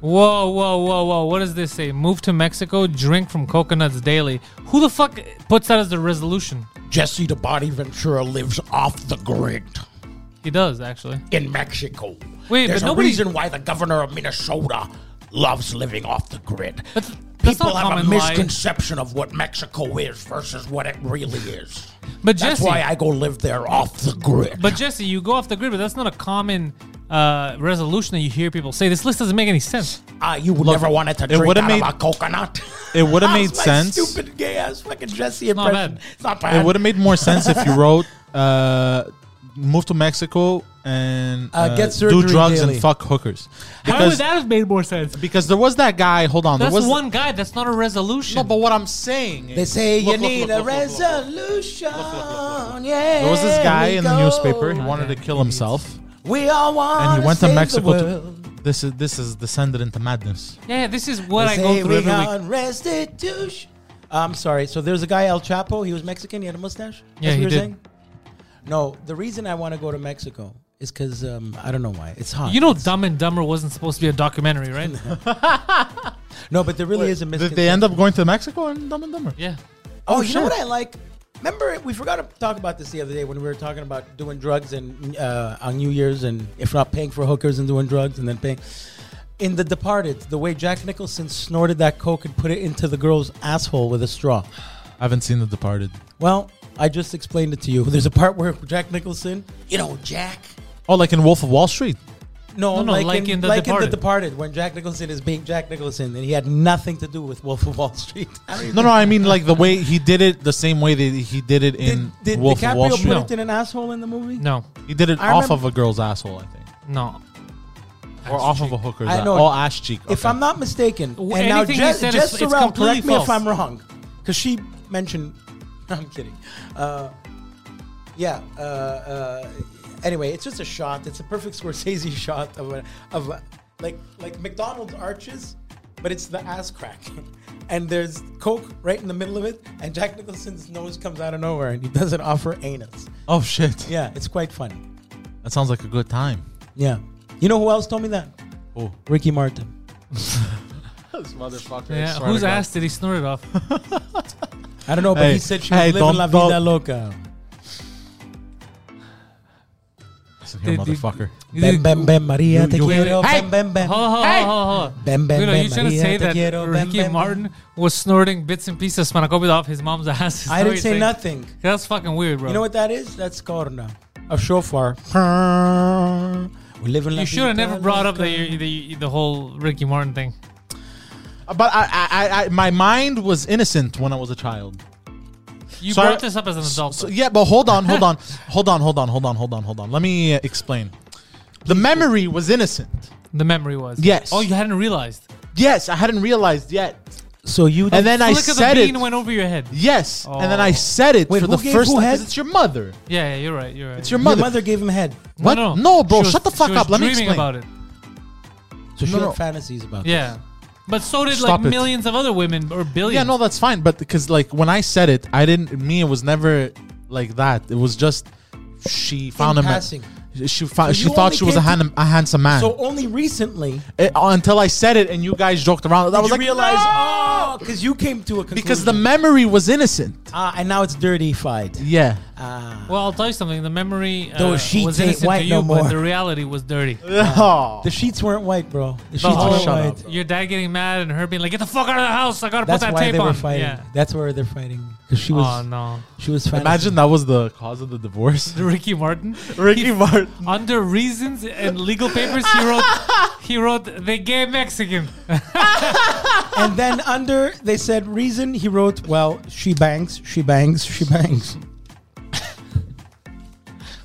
C: Whoa, whoa, whoa, whoa. What does this say? Move to Mexico, drink from coconuts daily. Who the fuck puts that as a resolution?
A: Jesse the Body Ventura lives off the grid
C: He does, actually.
A: in Mexico.
C: Wait,
A: There's
C: but
A: a
C: nobody-
A: reason why the governor of Minnesota loves living off the grid.
C: That's, that's
A: People
C: not
A: have a
C: common lie.
A: misconception of what Mexico is versus what it really is.
C: But
A: That's
C: Jesse,
A: why I go live there off the grid.
C: but Jesse, you go off the grid, but that's not a common uh, resolution that you hear people say. This list doesn't make any sense.
A: Ah, you never wanted to drink
B: would've
A: out
B: made-
A: of a coconut.
B: It would've
A: That was
B: made
A: my
B: sense.
A: Stupid gay ass fucking Jesse
C: not
A: impression.
C: bad.
A: It's not
B: It
A: bad.
B: would have made more sense if you wrote, uh, move to Mexico and
A: Uh, get
B: do
A: surgery
B: drugs
A: daily.
B: and fuck hookers.
C: Why would that have made more sense?
B: because there was that guy. Hold on,
C: That's
B: there was
C: one guy. That's not a resolution.
B: No, but what I'm saying,
A: They
B: is-
A: say
B: Look,
A: you
B: look,
A: need
B: look, look,
A: a
B: look, look, look.
A: resolution. Yeah.
B: There was this guy
A: we
B: in the
A: go.
B: newspaper. He wanted to kill himself,
A: We all want.
B: and he went to Mexico.
A: The
B: To,
A: world.
B: this is this is descended into madness.
C: yeah, yeah, this is what
A: They
C: I go
A: say
C: through
A: we
C: every week.
A: got restitution. I'm sorry. So there's a guy El Chapo. He was Mexican. He had a mustache.
C: Yeah,
A: That's what
C: he
A: you're
C: did.
A: saying? No, the reason I want to go to Mexico is because um, I don't know why. It's hot.
C: You know, Dumb and Dumber wasn't supposed to be a documentary, right?
A: no, but there really is a
B: Did
A: misconception.
B: they end up going to Mexico and Dumb and Dumber?
C: yeah.
A: Oh,
B: Oh,
A: you know what
B: sure.
A: I like? Remember, we forgot to talk about this the other day when we were talking about doing drugs and uh, on New Year's, and if not paying for hookers and doing drugs and then paying. In The Departed, the way Jack Nicholson snorted that coke and put it into the girl's asshole with a straw.
B: I haven't seen The Departed.
A: Well, I just explained it to you. There's a part where Jack Nicholson, you know, Jack.
B: Oh, like in Wolf of Wall Street.
A: No,
C: No, no,
A: like,
C: like
A: in,
C: in The
A: like in
C: Departed.
A: The Departed, when Jack Nicholson is being Jack Nicholson, and he had nothing to do with Wolf of Wall Street. I don't
B: No, no, I mean like the way he did it, the same way that he did it in
A: even- did did
B: Wolf of Wall
A: DiCaprio
B: Street.
A: put it in an asshole in the movie?
C: No,
B: He did it
A: I
B: off
A: remember-
B: of a girl's asshole, I think,
C: no.
B: or off of a hooker's.
A: I
B: ass-
A: know.
B: Oh, ass cheek.
A: If
B: okay.
A: I'm not mistaken,
C: W-
A: and now
C: anything he
A: Jess,
C: said
A: Jess
C: is- it's
A: Sorrell,
C: completely
A: correct me if
C: false.
A: I'm wrong, because she mentioned. No, I'm kidding. Uh, yeah. Uh, uh, anyway, it's just a shot. It's a perfect Scorsese shot of a, of a, like like McDonald's arches, but it's the ass crack, and there's Coke right in the middle of it, and Jack Nicholson's nose comes out of nowhere, and he doesn't offer anus.
B: oh shit,
A: Yeah, it's quite funny.
B: that sounds like a good time. Oh,
A: Yeah. You know who else told me that?
B: Who?
A: Ricky Martin.
B: This motherfucker.
C: Yeah, whose ass did he snort it off?
A: I don't know, but
B: Hey,
A: he said she
B: hey,
A: was living
B: don't-
A: la vida
B: don't-
A: loca.
B: Here,
C: Did- did-
B: motherfucker.
A: Bem, bem, bem, Maria, te
C: Wait, wait,
A: quiero.
C: hey!
A: Bem, bem, bem.
C: Hold, hold,
A: Hey!
C: hold, hold, hold.
A: Bem, bem,
C: Wait, are
A: bem,
C: you trying to
A: Maria,
C: say
A: te
C: that
A: quiero, bem,
C: Ricky
A: bem, bem.
C: Martin was snorting bits and pieces of spanakopita off his mom's ass? Is
A: I
C: that what
A: didn't say
C: you're saying?
A: nothing.
C: That's fucking weird, bro.
A: You know what that is? That's corna. A shofar. We live in la
C: You should have
A: vida
C: never brought up
A: loca.
C: the, the the whole Ricky Martin thing.
B: But I, I, I, I, my mind was innocent when I was a child.
C: You
B: So I-
C: brought this up as an adult.
B: So,
C: though.
B: yeah, but hold on, hold on, hold on, hold on, hold on, hold on, hold on. Let me uh, explain. The memory was innocent.
C: the memory was
B: Yes.
C: Oh, you hadn't realized.
B: Yes, I hadn't realized yet.
A: So you.
B: And then I
C: Flick of the
B: said
C: bean
B: it.
C: went over your head.
B: Yes, and then I
C: Oh.
B: said it
A: Wait,
B: for
A: who
B: the
A: gave
B: first
A: who
B: time.
A: head?
B: 'cause It's your mother.
C: Yeah, yeah, you're right. You're right.
B: It's your
A: your
B: mother.
A: mother gave him head.
B: What?
C: No,
B: No,
C: no.
B: bro,
C: She was-
B: shut the fuck
C: she was
B: up. Let me
C: dreaming
B: explain.
C: about it.
A: So she
B: No, no.
A: had fantasies about that.
C: Yeah, but so did
B: Stop
C: like
B: it.
C: millions of other women or billions.
B: Yeah, no, that's fine. But because like when I said it, I didn't. Me, it was never like that. It was just she found him.
A: passing.
B: She found,
A: So
B: she
A: you
B: thought
A: only
B: she was a,
A: came to-
B: hand, a handsome man.
A: So only recently
B: It- until I said it, and you guys joked around. I
A: I
B: was
A: was you
B: like, "No!"
A: realize, oh, because you came to a conclusion.
B: because the memory was innocent.
A: ah, and now it's dirty fight.
B: Yeah.
A: Ah,
C: Well, I'll tell you something. The memory uh,
A: Those sheets
C: was
A: ain't
C: innocent
A: white
C: to you,
A: no
C: but
A: more.
C: the reality was dirty.
B: Oh.
A: The sheets weren't white, bro. The sheets
C: The whole-
A: weren't
B: shut
A: white.
B: up.
C: your dad getting mad and her being like, "Get the fuck out of the house! I gotta
A: That's
C: put that
A: why
C: tape
A: they
C: on."
A: were fighting.
C: Yeah.
A: That's where they're fighting. Because she
C: Oh
A: was,
C: no,
A: she was. Fantasy.
B: Imagine that was the cause of the divorce.
C: the Ricky Martin.
B: Ricky Martin.
C: Under reasons and legal papers, he wrote, he wrote, "The gay Mexican."
A: and then under they said reason he wrote well she bangs she bangs she bangs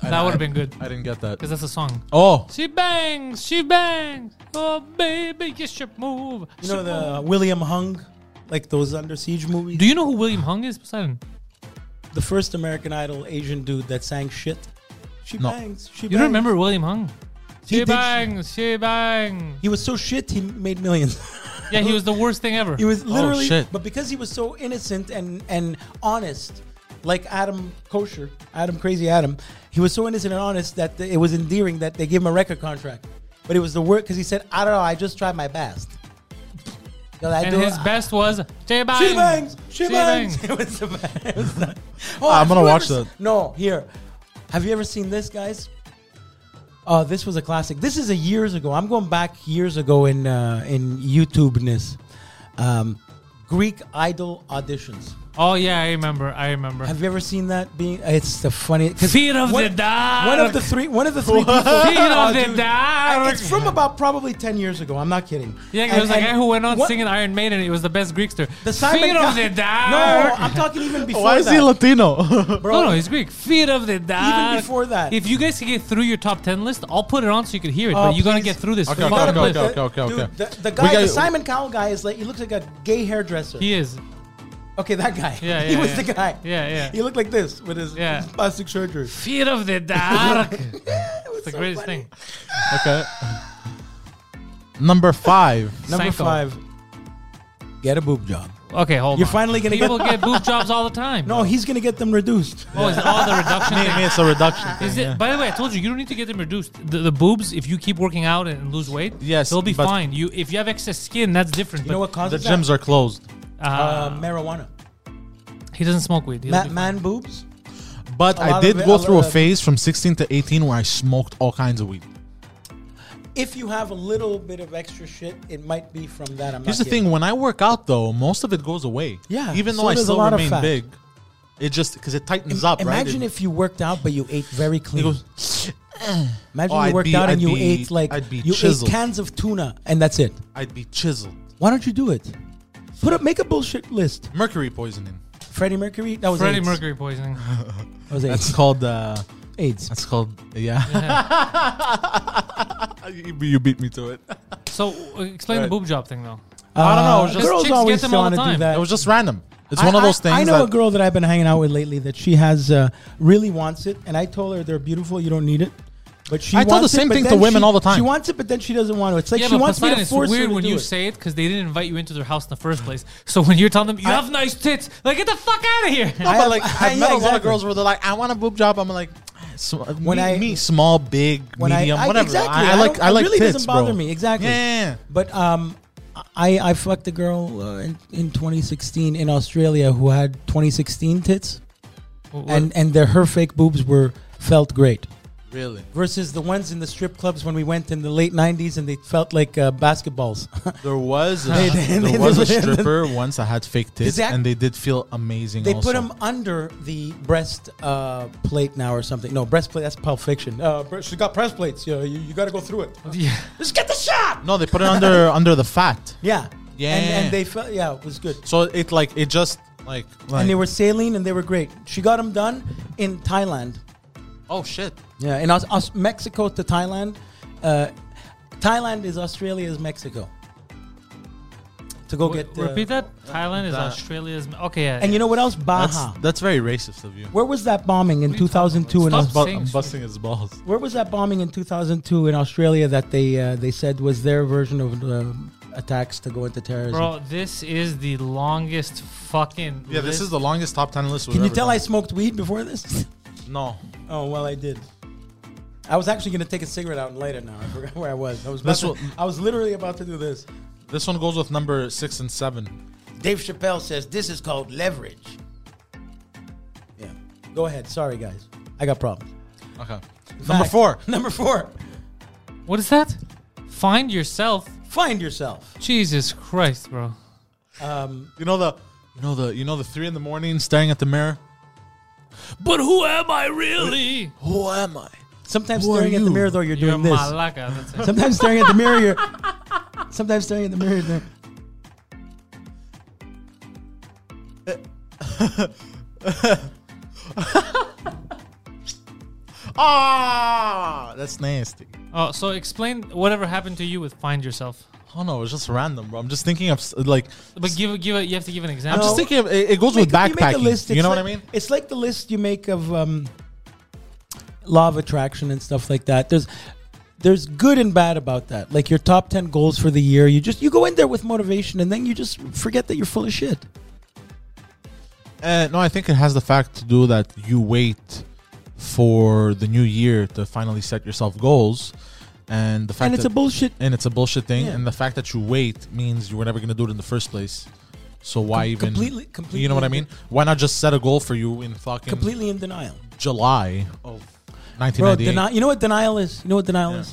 C: That would have been good
B: I didn't get that.
C: because that's a song.
B: Oh,
C: She bangs, she bangs. Oh baby, you should move.
A: you know the william hung like those under siege movies
C: Do you know who William Hung is, Poseidon?
A: the first american idol asian dude that sang shit she
B: No.
A: bangs she
C: You
A: bangs.
C: don't remember William Hung?
A: He
C: She
A: did-
C: bangs, she bangs.
A: he was so shit he made millions
C: Yeah, he was the worst thing ever.
A: he was literally
B: shit.
A: but because he was so innocent and and honest like adam kosher adam crazy adam he was so innocent and honest that it was endearing that they gave him a record contract but it was the work because he said i don't know i just tried my best 'Cause I
C: and
A: do-
C: his best was she bangs,
A: She bangs. She, bangs.
C: bangs."
A: It was the best. It was the- Oh,
B: I'm
A: have
B: gonna
A: you
B: watch
A: ever
B: that.
A: se- No, here. Have you ever seen this, guys? Oh, this was a classic. This is a years ago. I'm going back years ago in uh, in YouTubeness. Um, Greek Idol auditions.
C: Oh yeah, I remember. I remember.
A: Have you ever seen that? Being uh, it's the funniest. 'cause
C: Fear of
A: one-
C: the dark.
A: One of the three. One of the three. people,
C: Fear of
A: Oh,
C: the
A: dude.
C: dark.
A: It's from about probably ten years ago. I'm not kidding.
C: yeah, 'cause
A: And-
C: there was a
A: and
C: guy who went on
A: what-
C: singing Iron Maiden. He was the best Greekster.
A: The Simon
C: Fear of
A: guy-
C: the dark. Oh,
A: No, I'm talking even before.
B: why is
A: that.
B: he Latino?
A: Bro,
C: No, no, he's Greek. Fear of the dark.
A: before that.
C: If you guys can get through your top 10 list, I'll put it on so you can hear it.
A: Oh,
C: but you got to
A: please.
C: get through this.
B: Okay,
C: fucking
B: okay, okay,
C: list.
B: okay.
A: Dude, the, the
B: We
A: guy,
B: got-
A: the Simon Cowell guy, is like he looks like a gay hairdresser.
C: He is.
A: okay, that guy.
C: Yeah,
A: he
C: yeah,
A: was
C: yeah.
A: the guy.
C: Yeah, yeah.
A: He looked like this with his,
C: Yeah.
A: his plastic surgery.
C: Fear of the dark.
A: It was
C: It's the
A: so
C: greatest
A: funny.
C: thing.
B: okay. Number five.
A: Number
C: Psycho.
A: five, get a boob job.
C: Okay, hold
A: You're
C: on.
A: finally gonna
C: People
A: get-
C: get boob jobs all the time.
A: No, he's gonna get them reduced.
C: Oh, is it all the reduction
B: me,
C: thing?
B: me, it's a reduction.
C: Is
B: thing,
C: it?
B: yeah.
C: By the way, I told you you don't need to get them reduced. The, the boobs, if you keep working out and lose weight,
B: Yes,
C: they'll be
B: but-
C: fine. You, if you have excess skin, that's different.
A: You know what causes
B: the gyms are closed,
C: Uh,
A: that? Uh, marijuana.
C: he doesn't smoke weed. He'll
A: Ma-
C: be fine.
A: man boobs.
B: but
A: A
B: I
A: lot of
B: did
A: it-
B: go
A: a
B: through a
A: lot of-
B: phase from 16 to 18 where I smoked all kinds of weed.
A: If you have a little bit of extra shit, it might be from that. I'm
B: Here's the
A: not
B: thing: when I work out, though, most of it goes away.
A: Yeah,
B: even
A: so
B: though I
A: does a
B: still
A: lot of
B: remain
A: fat.
B: big, it just because it tightens
A: kidding.
B: up.
A: Imagine
B: right? It-
A: if you worked out but you ate very clean.
B: it goes.
A: Imagine
B: Oh,
A: you
B: I'd
A: worked
B: be-
A: out and
B: I'd
A: you
B: be-
A: ate like
B: I'd be
A: you
B: chiseled.
A: ate cans of tuna and that's it.
B: I'd be chiseled.
A: Why don't you do it? Put up, make a bullshit list.
B: Mercury poisoning.
A: Freddie Mercury. That was
C: Freddie
A: AIDS.
C: Mercury poisoning.
A: That was AIDS.
B: That's called. Uh,
A: AIDS.
B: that's called. Yeah. you, you beat me to it.
C: So uh, explain the
B: Right.
C: boob job thing though.
B: I don't know, it was just-
A: Uh, girls
C: Chicks get
A: always
C: them all
A: want
C: the
A: to do
C: time.
A: that.
B: It was just random. It's one of
A: I-
B: those
A: I-
B: things.
A: I know
B: that,
A: a girl that I've been hanging out with lately that she has uh, really wants it, and I told her they're beautiful. You don't need it. But she
B: I tell the
A: wants it,
B: same
A: but
B: thing to
A: then
B: women
A: she-
B: all the time.
A: She wants it, but then she doesn't want it. It's like
C: yeah,
A: she
C: but
A: wants me
C: Poseidon,
A: to
C: it's
A: force her
C: weird
A: to
C: when
A: do
C: you
A: it.
C: say it because they didn't invite you into their house in the first place. So when you're telling them you have nice tits, like get the fuck out of here.
A: I
B: but
A: have-
B: like
A: yeah,
B: I've met a lot of
A: exactly.
B: girls where they're like, I want a boob job. I'm like, sm-
A: When
B: when me,
A: I-
B: I me small, big,
A: when I-
B: medium,
A: I-
B: whatever.
A: exactly.
B: I,
A: I
B: like
A: don't-
B: I
A: it
B: like
A: really
B: tits,
A: doesn't bother
B: bro.
A: me, exactly.
B: Yeah.
A: But um, I I fucked a girl uh, in, in 2016 in Australia who had 2016 tits,
C: What-
A: and and their her fake boobs were felt great
B: Really.
A: versus the ones in the strip clubs when we went in the late 90s and they felt like uh, basketballs.
B: There was a,
A: They- they- they-
B: there was a
A: they-
B: stripper once that had fake tits,
A: Exact-
B: and they did feel amazing.
A: They
B: also.
A: put them under the breast uh, plate now or something. No, breast plate. That's Pulp Fiction. Uh, bre- she got breast plates. You, you, you got to go through it.
C: yeah.
A: Just get the shot.
B: No, they put it under under the fat.
A: Yeah.
B: Yeah.
A: And, and they felt yeah, it was good.
B: So it like it just like, like
A: And they were saline and they were great. She got them done in Thailand.
B: oh shit.
A: Yeah, in Aus- Aus- Mexico to Thailand. Uh, Thailand is Australia's Mexico. To go
C: Wait,
A: get uh,
C: repeat that. Thailand is Australia's. Okay, yeah.
A: And you know what else? Baja.
B: That's that's very racist of you.
A: Where was that bombing in
C: What are you talking
A: 2002 in
C: about?
A: Aus-
C: Stop
B: Bu-
C: saying
B: I'm
C: shit.
B: busting his balls.
A: Where was that bombing in 2002 in Australia that they uh, they said was their version of um, attacks to go into terrorism?
C: bro, this is the longest fucking.
B: Yeah, this
C: list.
B: is the longest top ten list. we've
A: Can you
B: ever
A: tell
B: done.
A: I smoked weed before this?
B: no?
A: oh well, I did. I was actually going to take a cigarette out and light it now. I forgot where I was. I was about
B: This
A: to,
B: will-
A: I was literally about to do this.
B: This one goes with number six and seven.
A: Dave Chappelle says this is called leverage. Yeah. Go ahead. Sorry guys. I got problems.
B: Okay. Number
A: Back.
B: four.
A: Number 4.
C: What is that? Find yourself.
A: Find yourself.
C: Jesus Christ, bro.
B: You know the you know the you know the three in the morning staring at the mirror.
C: But who am I really?
B: Who am I?
A: Sometimes
B: Who are
A: staring at the
B: you?
A: mirror though you're
C: You're
A: doing this.
C: malaka. That's it.
A: Sometimes staring at the mirror, you're. Sometimes staring at the mirror. You're,
B: Ah, that's nasty.
C: Oh, so explain whatever happened to you with find yourself.
B: Oh no, it's just random, bro. I'm just thinking of s- like
C: But give a- give a, you have to give an
B: I'm
C: example.
B: just thinking of it, it goes with
A: Make-
B: backpacking. You,
A: it's
B: know
A: like-
B: what I mean?
A: It's like the list you make of um, law of attraction and stuff like that. There's there's good and bad about that. Like your top ten goals for the year. You just you go in there with motivation, and then you just forget that you're full of shit.
B: Uh, no, I think it has the fact to do that you wait for the new year to finally set yourself goals, and the fact
A: And it's
B: that,
A: a bullshit.
B: and it's a bullshit thing,
A: Yeah.
B: and the fact that you wait means you were never gonna do it in the first place. So why even
A: completely-
B: You know what I
A: completely-
B: mean? Why not just set a goal for you in fucking
A: Completely in denial,
B: July of
A: bro.
B: 1998?
A: Deni- you know what denial is? You know what denial
B: Yeah.
A: is?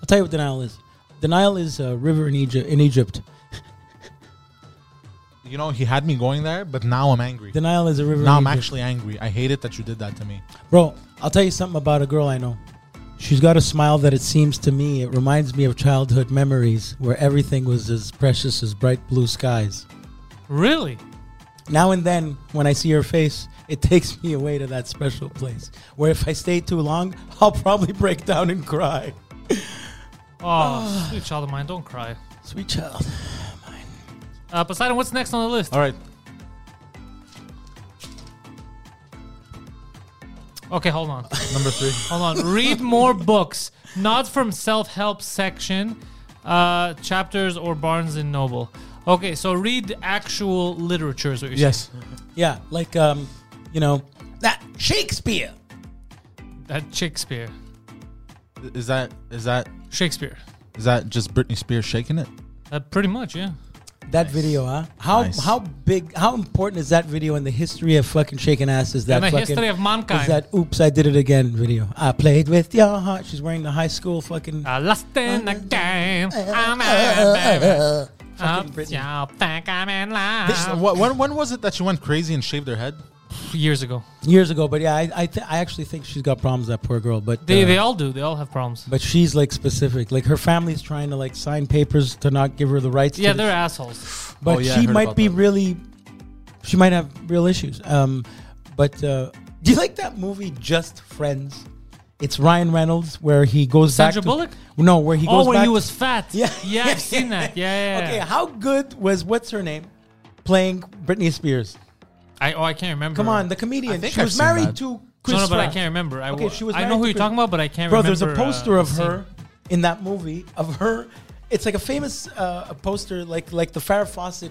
A: I'll tell you what denial is. Denial is a river in Egypt. In Egypt,
B: you know, he had me going there, but now I'm angry.
A: denial is a river.
B: now
A: in
B: I'm
A: Egypt.
B: actually angry. I hate it that you did that to me.
A: Bro, I'll tell you something about a girl I know. She's got a smile that it seems to me, it reminds me of childhood memories where everything was as precious as bright blue skies.
C: really?
A: Now and then, when I see her face, it takes me away to that special place where if I stay too long, I'll probably break down and cry.
C: Oh, sweet child of mine, don't cry.
A: Sweet child.
C: Uh, Poseidon, what's next on the list?
B: All right,
C: Okay, hold on.
B: number three.
C: Hold on. Read more books, not from self help section, uh, chapters, or Barnes and Noble. Okay, so read actual literature is what you're
B: yes.
A: Yeah, like, um, you know, that Shakespeare.
C: saying. That Shakespeare.
B: Is that is that
C: Shakespeare.
B: is that just Britney Spears shaking it?
C: Uh, pretty much, yeah.
A: That video, huh? How
B: Nice.
A: how big? How important is that video in the history of fucking shaking ass? Is that
C: And the
A: fucking,
C: history of mankind.
A: Is that "Oops, I did it again" video? I played with your heart. She's wearing the high school fucking.
C: I lost Uh, in the game. I'm out, baby.
A: Uh,
C: Oops, y'all think I'm in love.
B: This- wh- when, when was it that she went crazy and shaved her head?
C: years ago.
A: years ago. But yeah, I I, th- I actually think she's got problems. That poor girl. But
C: They
A: uh,
C: they all do. They all have problems.
A: But she's like specific. Like her family's trying to like sign papers to not give her the rights.
C: Yeah,
A: to the-
C: they're assholes.
A: But
B: Oh, yeah, I
A: she
B: heard
A: might
B: about
A: be
B: that.
A: really. She might have real issues. Um, but uh, do you like that movie Just Friends? It's Ryan Reynolds where he goes
C: Sandra
A: back. to-
C: Bullock?
A: No, where he goes
C: Oh, when
A: back
C: he
A: to-
C: was fat.
A: Yeah.
C: yeah, I've seen that. Yeah, yeah.
A: Okay,
C: yeah.
A: how good was what's her name playing Britney Spears?
C: I oh I can't remember.
A: Come on, the comedian.
B: think
A: she
B: I've
A: was
B: seen
A: married
B: that.
A: to Chris.
C: no, no, but I
A: Rock.
C: can't remember. I
A: Okay,
C: wa-
A: she was
C: I
A: married
C: know who
A: to
C: you're
A: Chris-
C: talking about, but I can't
A: Bro,
C: remember.
A: there's a
C: uh,
A: poster of
C: the scene.
A: her in that movie of her. It's like a famous uh, a poster, like like the Farrah Fawcett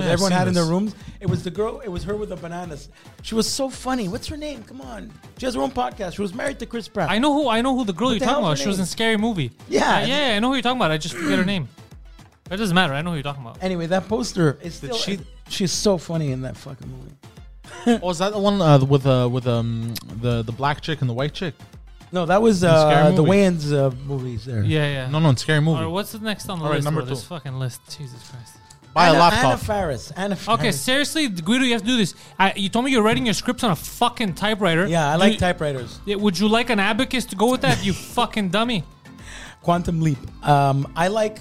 B: Oh, yeah,
A: that
B: I've
A: everyone
B: seen
A: had in their
B: this.
A: rooms. It was the girl. It was her with the bananas. She was so funny. What's her name? Come on, she has her own podcast. She was married to Chris Pratt.
C: I know who I know who the girl
A: the
C: you're talking about.
A: hell's her
C: She was
A: name?
C: in Scary Movie.
A: Yeah.
C: Uh, yeah, yeah, I know who you're talking about. I just forget her name. It doesn't matter. I know who you're talking about.
A: Anyway, that poster is still.
B: she-
A: she's so funny in that fucking movie.
B: Oh, is that the one uh, with uh, with um, the the black chick and the white chick?
A: No, that was uh,
B: Scary
A: the
B: Movie.
A: Wayans uh, movies there.
C: Yeah, yeah.
B: No, no, it's a scary
C: All
B: movie.
C: right, what's the next on the
B: All right,
C: list?
B: number
C: bro? This
B: two.
C: fucking list. Jesus Christ.
B: Buy
A: Anna,
B: a
A: Anna
B: laptop.
A: Faris. Anna Faris.
C: Okay, seriously, Guido, you have to do this. I, you told me you're writing your scripts on a fucking typewriter.
A: Yeah, I
C: Do
A: like
C: you-
A: typewriters.
C: Yeah, Would you like an abacus to go with that, you fucking dummy?
A: Quantum Leap. Um, I like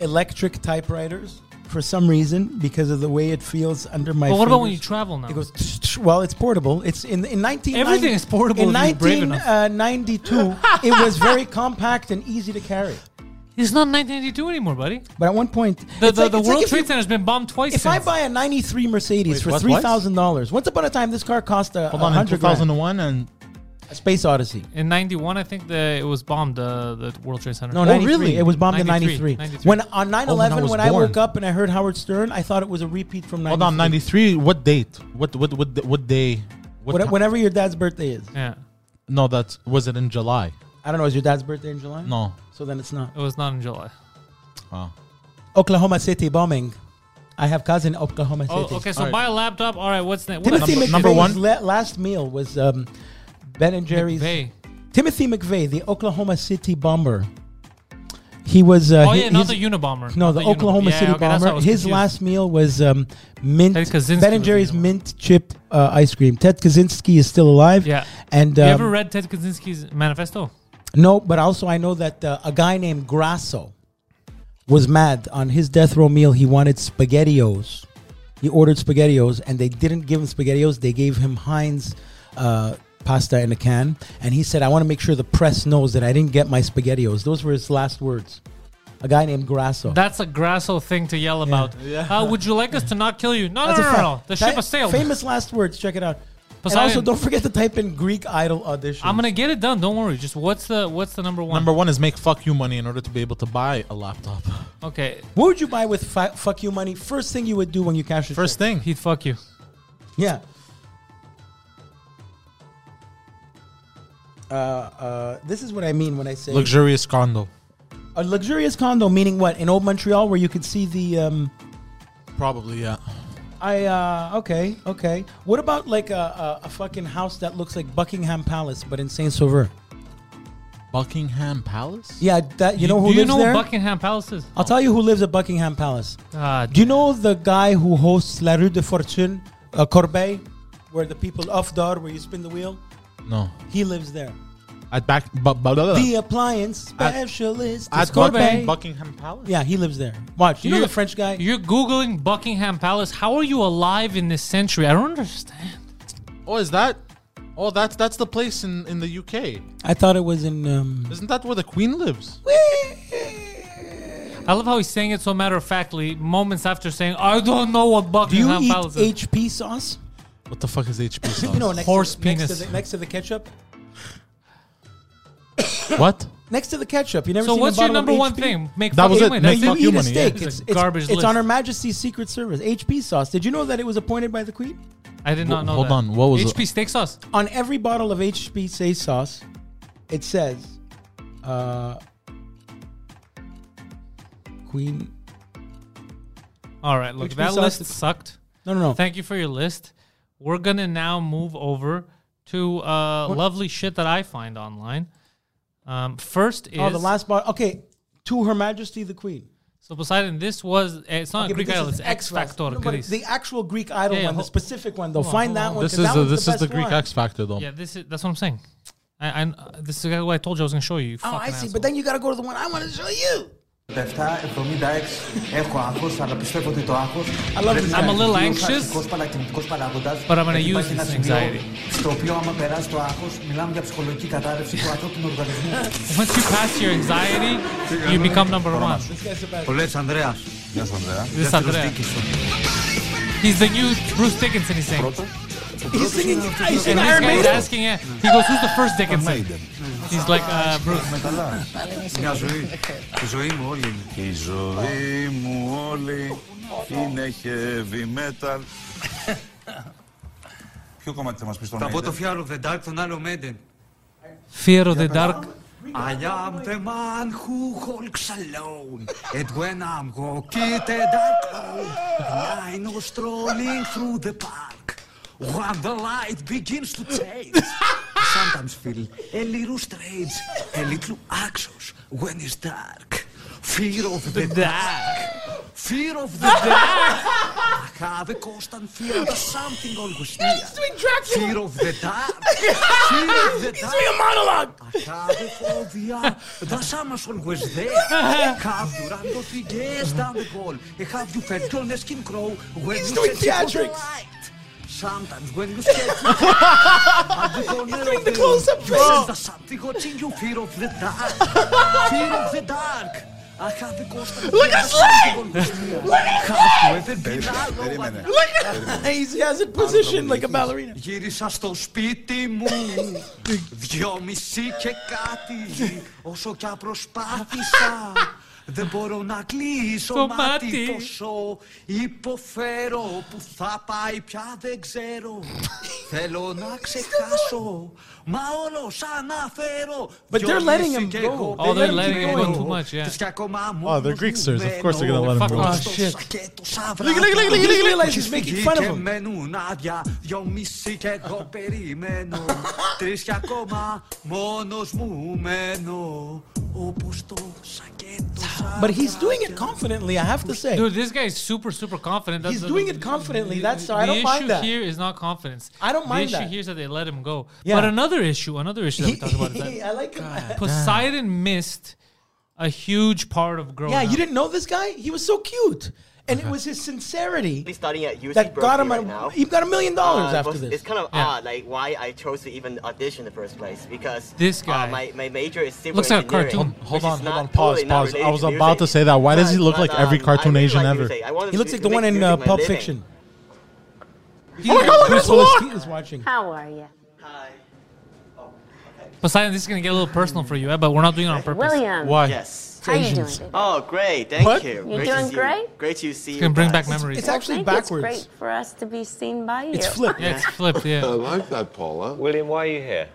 A: electric typewriters for some reason because of the way it feels under my.
C: But what about when you
A: fingers.
C: travel now?
A: It goes. tsh, tsh. well, it's portable. It's in in nineteen.
C: Everything is portable
A: In
C: if you're brave
A: nineteen
C: enough.
A: uh, ninety-two, it was very compact and easy to carry.
C: it's not 1982 anymore, buddy.
A: But at one point,
C: The,
A: it's
C: the,
A: like-
C: the
A: it's like
C: World
A: if you-
C: Trade Center has been bombed twice.
A: If I
C: since.
A: buy a '93 Mercedes
B: Wait,
A: for
B: what,
A: three
B: what?
A: thousand dollars, once upon a time this car cost a
B: Hold on, in
A: hundred grand.
B: 2001 and
A: A Space Odyssey.
C: in 91, I think the, it was bombed, uh, the World Trade Center.
A: No,
C: Oh,
A: 93.
B: really?
A: It was bombed in
C: 93,
A: 93.
C: 93.
A: When on 9
B: Oh, when I
A: 11,
B: was
A: when I
B: born.
A: woke up and I heard Howard Stern, I thought it was a repeat from 93.
B: hold on, 93. What date? What what what what day? What,
A: What-
B: ti-
A: whenever your dad's birthday is.
C: Yeah,
B: No, that was it in July.
A: I don't know. Is your dad's birthday in July?
B: No.
A: So then it's not.
C: it was not in July.
B: Oh.
A: Oklahoma City bombing. I have cousin in Oklahoma City.
C: Oh, okay, so
B: All right.
C: buy a laptop. All right, what's next?
A: Timothy
B: Number-
A: McVeigh's
B: number one?
A: la- last meal was um, Ben and Jerry's.
C: McVeigh.
A: Timothy McVeigh, the Oklahoma City bomber. He was. Uh,
C: Oh,
A: he-
C: yeah, not
A: his-
C: the Unabomber.
A: No,
C: Not
A: the
C: Unabomber.
A: Oklahoma
C: Yeah,
A: City
C: okay, that's why I
A: bomber.
C: was
A: His
C: confused.
A: last meal was um, mint
C: Ted Kaczynski
A: Ben
C: was
A: and
C: the
A: Jerry's
C: Unabomber.
A: mint chip uh, ice cream. Ted Kaczynski is still alive.
C: Yeah.
A: And um,
C: you ever read Ted Kaczynski's manifesto?
A: no, but also I know that uh, a guy named Grasso was mad on his death row meal. He wanted spaghettios. He ordered spaghettios, and they didn't give him spaghettios. They gave him Heinz uh, pasta in a can, and he said, "I want to make sure the press knows that I didn't get my spaghettios." Those were his last words. A guy named Grasso.
C: That's a Grasso thing to yell about. Uh, would you like us to not kill you? No,
A: That's
C: no, no,
A: a
C: no,
A: fact.
C: no. The
A: That-
C: ship has sailed.
A: Famous last words. Check it out. And
C: Poseidon.
A: also, don't forget to type in Greek Idol audition.
C: I'm gonna get it done. Don't worry. Just what's the what's the number one?
B: Number one is make fuck you money in order to be able to buy a laptop.
C: okay.
A: What would you buy with fi- fuck you money? First thing you would do when you cash your
B: First
A: check.
B: thing.
C: He'd fuck you.
A: Yeah. Uh, uh, this is what I mean when I say
B: Luxurious condo.
A: a luxurious condo, meaning what in old Montreal where you could see the. Um,
B: Probably, yeah.
A: I uh, okay, okay. What about like a, a, a fucking house that looks like Buckingham Palace but in Saint Sauveur?
B: Buckingham Palace?
A: Yeah, that you, know who
C: Do you
A: lives
C: know
A: there.
C: what Buckingham Palace is?
A: I'll tell you who lives at Buckingham Palace.
C: Ah,
A: Do you know the guy who hosts La Rue de Fortune, uh, Corbeil, where the people off guard, where you spin the wheel?
B: No.
A: He lives there.
B: At back. Bu- bu- blah, blah,
A: The uh,
B: blah.
A: appliance
B: At-
A: specialist is
B: At
A: Corbeil.
B: Buckingham, Buckingham Palace?
A: yeah, he lives there. Watch. You know
C: You're-
A: the French guy?
C: You're googling Buckingham Palace. How are you alive in this century? I don't understand.
B: Oh, is that? Oh, that's that's the place in, in the UK.
A: I thought it was in. Um,
B: Isn't that where the Queen lives?
C: I love how he's saying it so matter of factly. Moments after saying, "I don't know what
A: do you
C: Buckingham
A: eat
C: Palace is."
A: HP sauce?
B: What the fuck is HP sauce?
A: You know, next,
C: Horse
A: to, the- next, to
C: penis.
A: the, next to the ketchup.
B: what?
A: Next to the ketchup. You never
C: so
A: seen
C: what's
A: a
C: your
A: bottle of
C: number one
A: HP?
C: thing? Make
B: That was
C: fucking
B: it.
C: money.
B: Make
C: That's
A: You
B: fuck
C: it.
B: you
A: eat a
B: money, yeah.
A: steak.
C: It's a
A: It's, it's,
C: garbage
A: it's
C: list.
A: on Her Majesty's Secret Service. HP sauce. Did you know that it was appointed by the Queen?
C: I did not know.
B: Hold
C: that.
B: on, what was it?
C: HP steak sauce?
A: on every bottle of HP say sauce, it says, uh, Queen.
C: All right, look,
A: HP
C: that
A: sauce
C: list
A: is-
C: sucked.
A: No, no, no.
C: Thank you for your list. We're gonna now move over to uh, lovely shit that I find online. Um, first is
A: oh, the last bottle. Okay, to Her Majesty the Queen.
C: So Poseidon, this was eh, it's not a Ah,
A: Okay, but
C: Greek
A: this
C: Idol.
A: is
C: It's X Factor
A: No, but
C: Greece.
A: the actual Greek Idol
C: Yeah, yeah,
A: one, the
C: hold-
A: specific one though.
C: hold on,
A: Find
C: hold
A: that
C: on.
A: one.
B: This
A: 'cause
B: is
A: that
B: the,
A: one's
B: this is the
A: best
B: Greek
A: one.
B: X Factor though.
C: yeah, this is that's what I'm saying. I, I this is what I told you I was gonna show you. you
A: Oh, I
C: fucking
A: see.
C: asshole.
A: But then you gotta go to the one I want to show you.
D: 77, 76, έχω άγχος, αλλά πιστεύω ότι το άγχος...
A: I love this guy.
C: I'm a
D: Είναι ο
C: little anxious,
D: χαρακτηριστικός παρακινητικός παράγοντας,
C: but I'm gonna
D: γιατί
C: use
D: υπάρχει ένα
C: this
D: σημείο
C: anxiety.
D: Στο οποίο άμα περάσει το άγχος, μιλάμε για ψυχολογική κατάρρευση του ανθρώπινου οργανισμού.
C: once you pass your anxiety, you become number one.
D: Το λέει Ανδρέας. Γεια σου Ανδρέα.
C: This is Andrea. He's the new Bruce Dickinson. He's saying, and
A: He's singing. He's
C: this
A: in Iron
C: guy's
A: Maiden.
C: asking, yeah, he goes, "Who's the first Dickinson?" He's like, uh, Bruce.
D: Με καλά. Μια ζωή. Η ζωή μου όλη είναι.
E: Η ζωή μου όλη είναι heavy metal. Ποιο κομμάτι θα μας πεις τον
D: Θα πω το Fear of the Dark, τον άλλο Μέντεν.
C: Fear of the dark.
D: I am the man who walks alone. And when I'm walked and I cold, and I know strolling through the park. When the light begins to change, I sometimes feel a little strange, a little anxious when it's dark. Fear of the dark. Fear of the dark. I have a constant fear of something always near. Fear of the dark. Fear of the dark. Αγάπη, φόβια, the sun is always there. Have you run the figures down the goal? Have you felt your skin grow when you
A: doing
D: set it on the
A: theatrics.
D: light? Sometimes when you step at the corner
A: He's doing
D: of
A: the close-up
D: you
A: face.
D: feel the something what's in you, fear of the dark. Fear of the dark. I have the constant
A: Look
D: fear
A: at
D: of
A: Slade!
D: something always near. Have you ever been alone?
E: Περίμενε.
A: He's, he has it positioned like a ballerina.
D: Γύρισα στο σπίτι μου Δυόμιση και κάτι Όσο κι απροσπάθησα Δεν μπορώ να κλείσω
C: Το
D: μάτι,
C: μάτι.
D: Πόσο υποφέρω Που θα πάει πια δεν ξέρω Θέλω να ξεχάσω Μα όλο σαν να φέρω
A: But they're letting
D: δυόμιση
A: him
D: και
A: go.
D: εγώ
A: Oh, they're
D: δεν
C: letting him go
D: ξέρω.
C: too much, yeah.
D: Τις κι ακόμα
B: Oh, they're
D: μόνος
B: Greek
D: μου
B: sirs. Of course they're gonna
D: μένω.
B: let him
C: Fuck
B: go.
C: off.
D: Στο
C: shit.
D: σκέτο
A: Look, look, look, look, he
D: σαβράκο.
A: didn't realize he's making fun of
D: Και
A: him.
D: μένουν άδεια δυο μισή και εγώ περιμένω Τρεις και ακόμα μόνος μου μένω Όπως το σακέτο
A: But he's doing it confidently, I have to say.
C: Dude, this guy is super, super confident.
A: He's doing it confidently. That's- I don't
C: the
A: mind
C: issue
A: that.
C: here is not confidence.
A: I don't mind
C: The issue
A: that.
C: here is that they let him go.
A: Yeah.
C: But another issue, another issue that we
A: He-
C: talked about is that
A: I like him.
C: Poseidon missed a huge part of growing
A: Yeah,
C: up.
A: you didn't know this guy? He was so cute. And it was his sincerity
F: be studying at UC
A: that got
F: Berkeley
A: him
F: right
A: a,
F: now.
A: he got a million dollars
F: Uh,
A: after
F: was-
A: this.
F: It's kind of
C: Yeah.
F: odd, like why I chose to even audition in the first place because
C: This
F: uh,
C: guy.
F: my, my major is civil
C: Looks like a
F: engineering,
C: cartoon.
F: which
B: Hold
F: is
B: on, hold
F: not
B: on, pause,
F: totally not
B: pause. I
F: related
B: was
F: to
B: about to
F: music.
B: say that. Why does he look like every
F: um, I
B: cartoon
F: really
B: Asian
F: like
B: ever?
F: music. I wanted
A: He
F: to-
A: looks like
F: to
A: the
F: make
A: one in
F: music
A: uh,
F: my
A: Pulp
F: living.
A: Fiction.
C: He didn't know
A: Bruce Willis is watching.
G: How are you?
C: Poseidon, this is gonna get a little personal for you, eh? but we're not doing it on purpose.
G: William.
B: Why?
F: Yes.
G: How you doing?
A: Asians.
G: baby?
F: Oh, great! Thank
B: What?
F: you.
G: You're doing
F: great to see You.
G: great.
F: Great to see you.
C: It's gonna bring back
F: guys.
C: memories.
A: It's actually
G: I think It's
A: backwards.
G: great for us to be seen by you.
A: It's flipped.
C: Yeah, it's flipped, yeah.
F: Oh,
H: like that, Paula.
I: William, why are you here?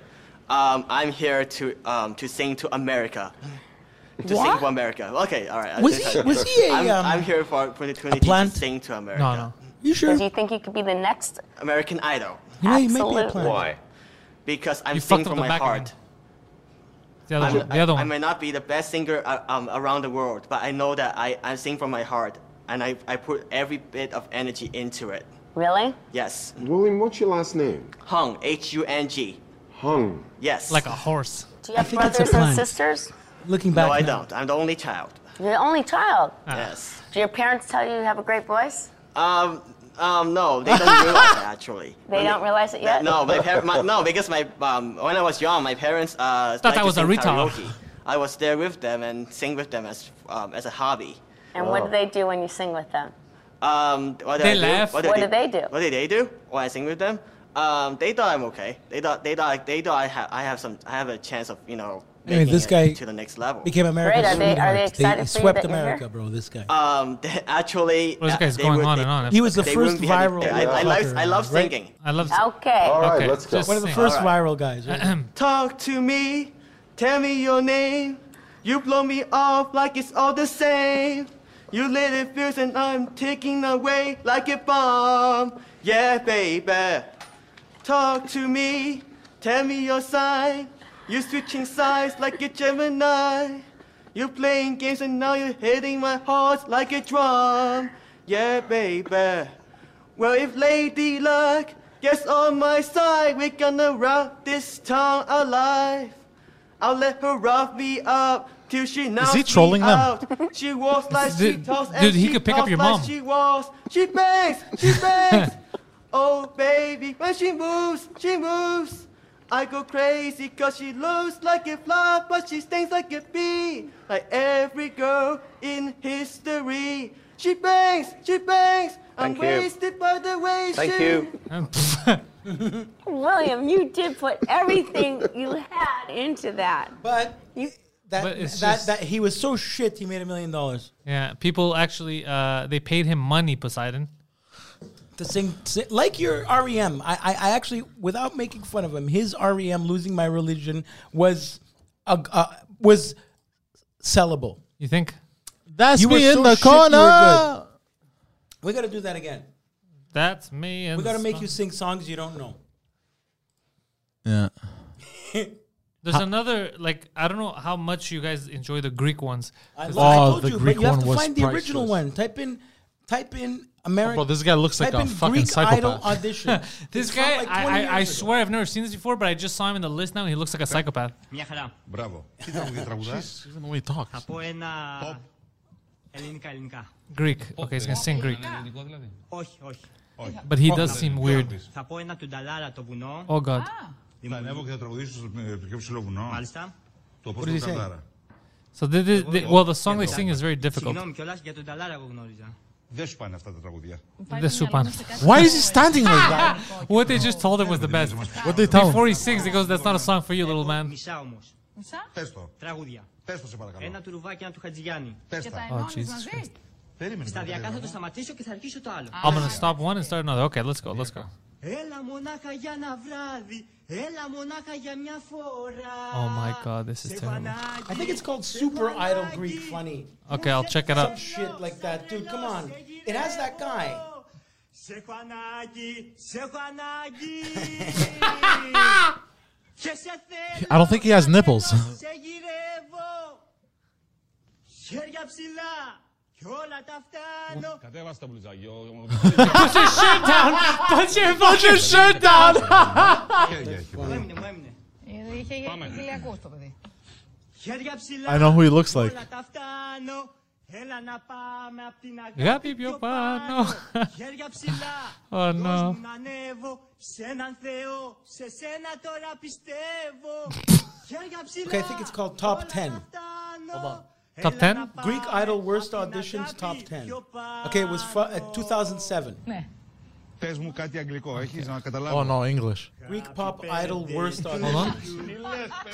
F: Um, I'm here to um, to sing to America. To sing
G: What?
F: to America. Okay, all right. I
A: Was
F: think
A: he
F: I-
A: was he
F: I'm,
A: a um,
F: I'm here for opportunity to
A: plant?
F: sing to America.
C: No, no.
A: you sure?
G: Do you think you could be the next?
F: American Idol
A: You know, you may be a
G: Absolute.
A: plant.
I: Why?
F: because I'm
C: You
F: singing
C: fucked up
F: from my
C: the back
F: heart.
C: again. The other
F: I'm-
C: one. The other
F: I, I
C: one.
F: may not be the best singer uh, um, around the world, but I know that I, I sing from my heart and I, I put every bit of energy into it.
G: Really?
F: Yes.
H: William, what's your last name?
F: Hung, H U N G.
H: Hung.
F: Yes.
C: Like a horse.
G: Do you have
A: think it's a
G: brothers
A: plant.
G: and sisters?
A: Looking back.
F: no, I
A: now. Ah.
F: don't. I'm the only child.
G: You're the only child.
F: Yes.
G: Do your parents tell you you have a great voice?
F: Um, um, no, they don't realize it, actually.
G: They
F: When
G: don't realize it yet?
F: No, my par- my, no, because my um, when I was young, my parents uh, liked
C: I
F: to
C: was a
F: sing
C: retard.
F: karaoke. I was there with them and sing with them as um, as a hobby. Oh.
G: And what do they do when you sing with them?
F: Um, what did
C: They
F: I do?
C: laugh.
F: did
G: What
F: I
G: did they do?
F: What did they do? When I sing with them, um, they thought I'm okay. They thought they thought they thought I have I have some I have a chance of you know
A: Anyway,
F: making
A: this
F: it
A: guy
F: to the next level.
A: Became America's
G: Great, are they- are they excited
A: sweetheart.
G: for you
A: swept
G: that you're here? Uh,
A: America, bro. This guy.
F: um, they- actually,
C: Well, this
F: uh,
C: guy's
F: they
C: going
F: would-
C: on
F: they-
C: and on.
A: he was the
F: they
A: first
F: wouldn't be any-
A: viral.
F: I, I, love I love
A: fucker, right?
F: singing.
C: I love
G: Okay.
H: All right,
C: Okay,
H: let's go.
C: just
A: One of the
C: sing.
A: first
F: All right.
A: viral guys. right?
F: Talk to me, tell me your name. You blow me off like it's all the same. You lit it fierce and I'm ticking away like a bomb. Yeah, baby. Talk to me, tell me your sign. You switching sides like a Gemini. You're playing games and now you're hitting my heart like a drum. Yeah, baby. Well, if Lady Luck gets on my side, we're gonna rock this town alive. I'll let her rough me up till she knocks
B: he trolling
F: me
B: them?
F: out. She walks like she
C: Dude,
F: talks and
C: dude, he
F: she
C: could pick up
F: talks
C: your
F: like
C: mom.
F: She walks, she bangs, she bangs. oh baby, when she moves, she moves. I go crazy cause she looks like a fly, but she stings like a bee. Like every girl in history. She bangs, she bangs. I'm
I: Thank you.
F: wasted by the way
I: Thank
F: she
I: you.
G: William, you did put everything you had into that.
A: But
G: You,
A: that
C: But it's
A: that,
C: just-
A: that he was so shit. He made a million dollars
C: Yeah, people actually uh, they paid him money, Poseidon.
A: to sing, sing like your REM. I, I I actually without making fun of him, his REM losing my religion was a, uh, was sellable.
C: You think
B: That's
A: You were
B: me in
A: so
B: the
A: shit, you were
B: corner.
A: We gotta do that again.
C: that's me? And
A: We gotta make you sing songs you don't know.
B: Yeah.
C: There's another like I don't know how much you guys enjoy the Greek ones.
A: I,
C: There's-
A: lo- I
B: Oh,
A: told
B: the
A: you,
B: Greek
A: but you have
B: one
A: to
B: was
A: find the original
B: priceless. Oh,
A: one. Type in, type in American.
B: Bro, this guy looks like
A: type
B: a
A: in
B: fucking
A: Greek Idol
B: psychopath.
A: audition.
C: This
A: It's from
C: guy,
A: like
C: I,
A: 20
C: I, I
A: years ago.
C: swear I've never seen this before, but I just saw him in the list now, and he looks like a psychopath.
I: Μια χαρά.
E: Μπράβο. Τι τραγουδί τραγουδάς.
B: Even the way he talks.
I: Από ένα... Ελληνικά, ελληνικά.
C: Greek. Okay, he's gonna sing Greek,
I: Όχι, όχι.
C: but he does seem weird.
I: Θα πω ένα του Νταλάρα το βουνό.
C: Oh God,
E: Θα ανέβω και θα τραγουδήσω στο ε, πιο ψηλό βουνό.
I: Μάλιστα.
E: Το πώς το
A: say?
E: τραγουδάρα.
C: So this, this, thi- well, the song they sing is very difficult.
I: Συγγνώμη κιόλας για τον Νταλάρα εγώ γνώριζα.
E: Δεν σου πάνε αυτά τα τραγουδιά.
C: The Supan.
B: Why is he standing like that?
C: What they just told him was the best.
B: What they tell
C: Before
B: him?
C: he sings, he goes, "That's not a song for you, little man."
I: Μισά όμως.
E: Πες το.
I: Τραγούδια.
E: Πες το σε παρακαλώ.
I: Ένα του Ρουβά και ένα του Χατζηγιάννη.
E: Πες τα.
C: Oh Jesus! Christ.
E: Περίμενε.
I: Σταδιακά θα
E: περίμενε.
I: το σταματήσω και θα αρχίσω το άλλο.
C: I'm gonna stop one and start another. Okay, let's go. Let's go.
I: Έλα μονάχα για ένα βράδυ. Έλα μονάχα για μια φορά.
C: Oh my God, this is
I: Σε έχω
C: terrible.
I: ανάγκη.
A: I think it's called Super Idol Greek Funny.
C: Okay, I'll check it out.
A: Shit like that, dude. Come on, it has that guy.
I: Σε έχω ανάγκη, σε έχω ανάγκη. και σε θέλω.
B: I don't think he has nipples.
I: σε γυρεύω. Χέρια ψηλά. Και όλα τα φτάνω.
E: Κατέβασε το μπλουζάκι. ο- ο-
C: Put your fucking shirt down.
E: χέρια έχει.
I: Μου έμεινε, μου έμεινε. Χέρια ψηλά.
B: I know who he looks like.
I: Όλα τα φτάνω. Έλα να πάμε απ' την αγάπη,
C: Αγάπη πιο πάνω.
I: Χέρια ψηλά.
C: Oh,
I: Δώσ'
C: no.
I: μου να ανέβω σε έναν Θεό. Σε σένα τώρα πιστεύω. Χέρια ψηλά.
A: Okay, I think it's called Top
I: όλα
A: 10.
I: τα φτάνω.
A: Hold on.
I: Έλα
C: Top 10?
I: να πάμε
A: Greek Idol Worst
I: απ' την
A: Auditions
I: αγάπη
A: Top 10.
I: πιο
A: Okay, it was fu- uh,
I: πάνω.
A: 2007.
E: Πες μου κάτι αγγλικό. Έχεις να καταλάβω.
B: Oh no, English.
A: Greek Pop Idol Worst
C: Hold
A: Audition.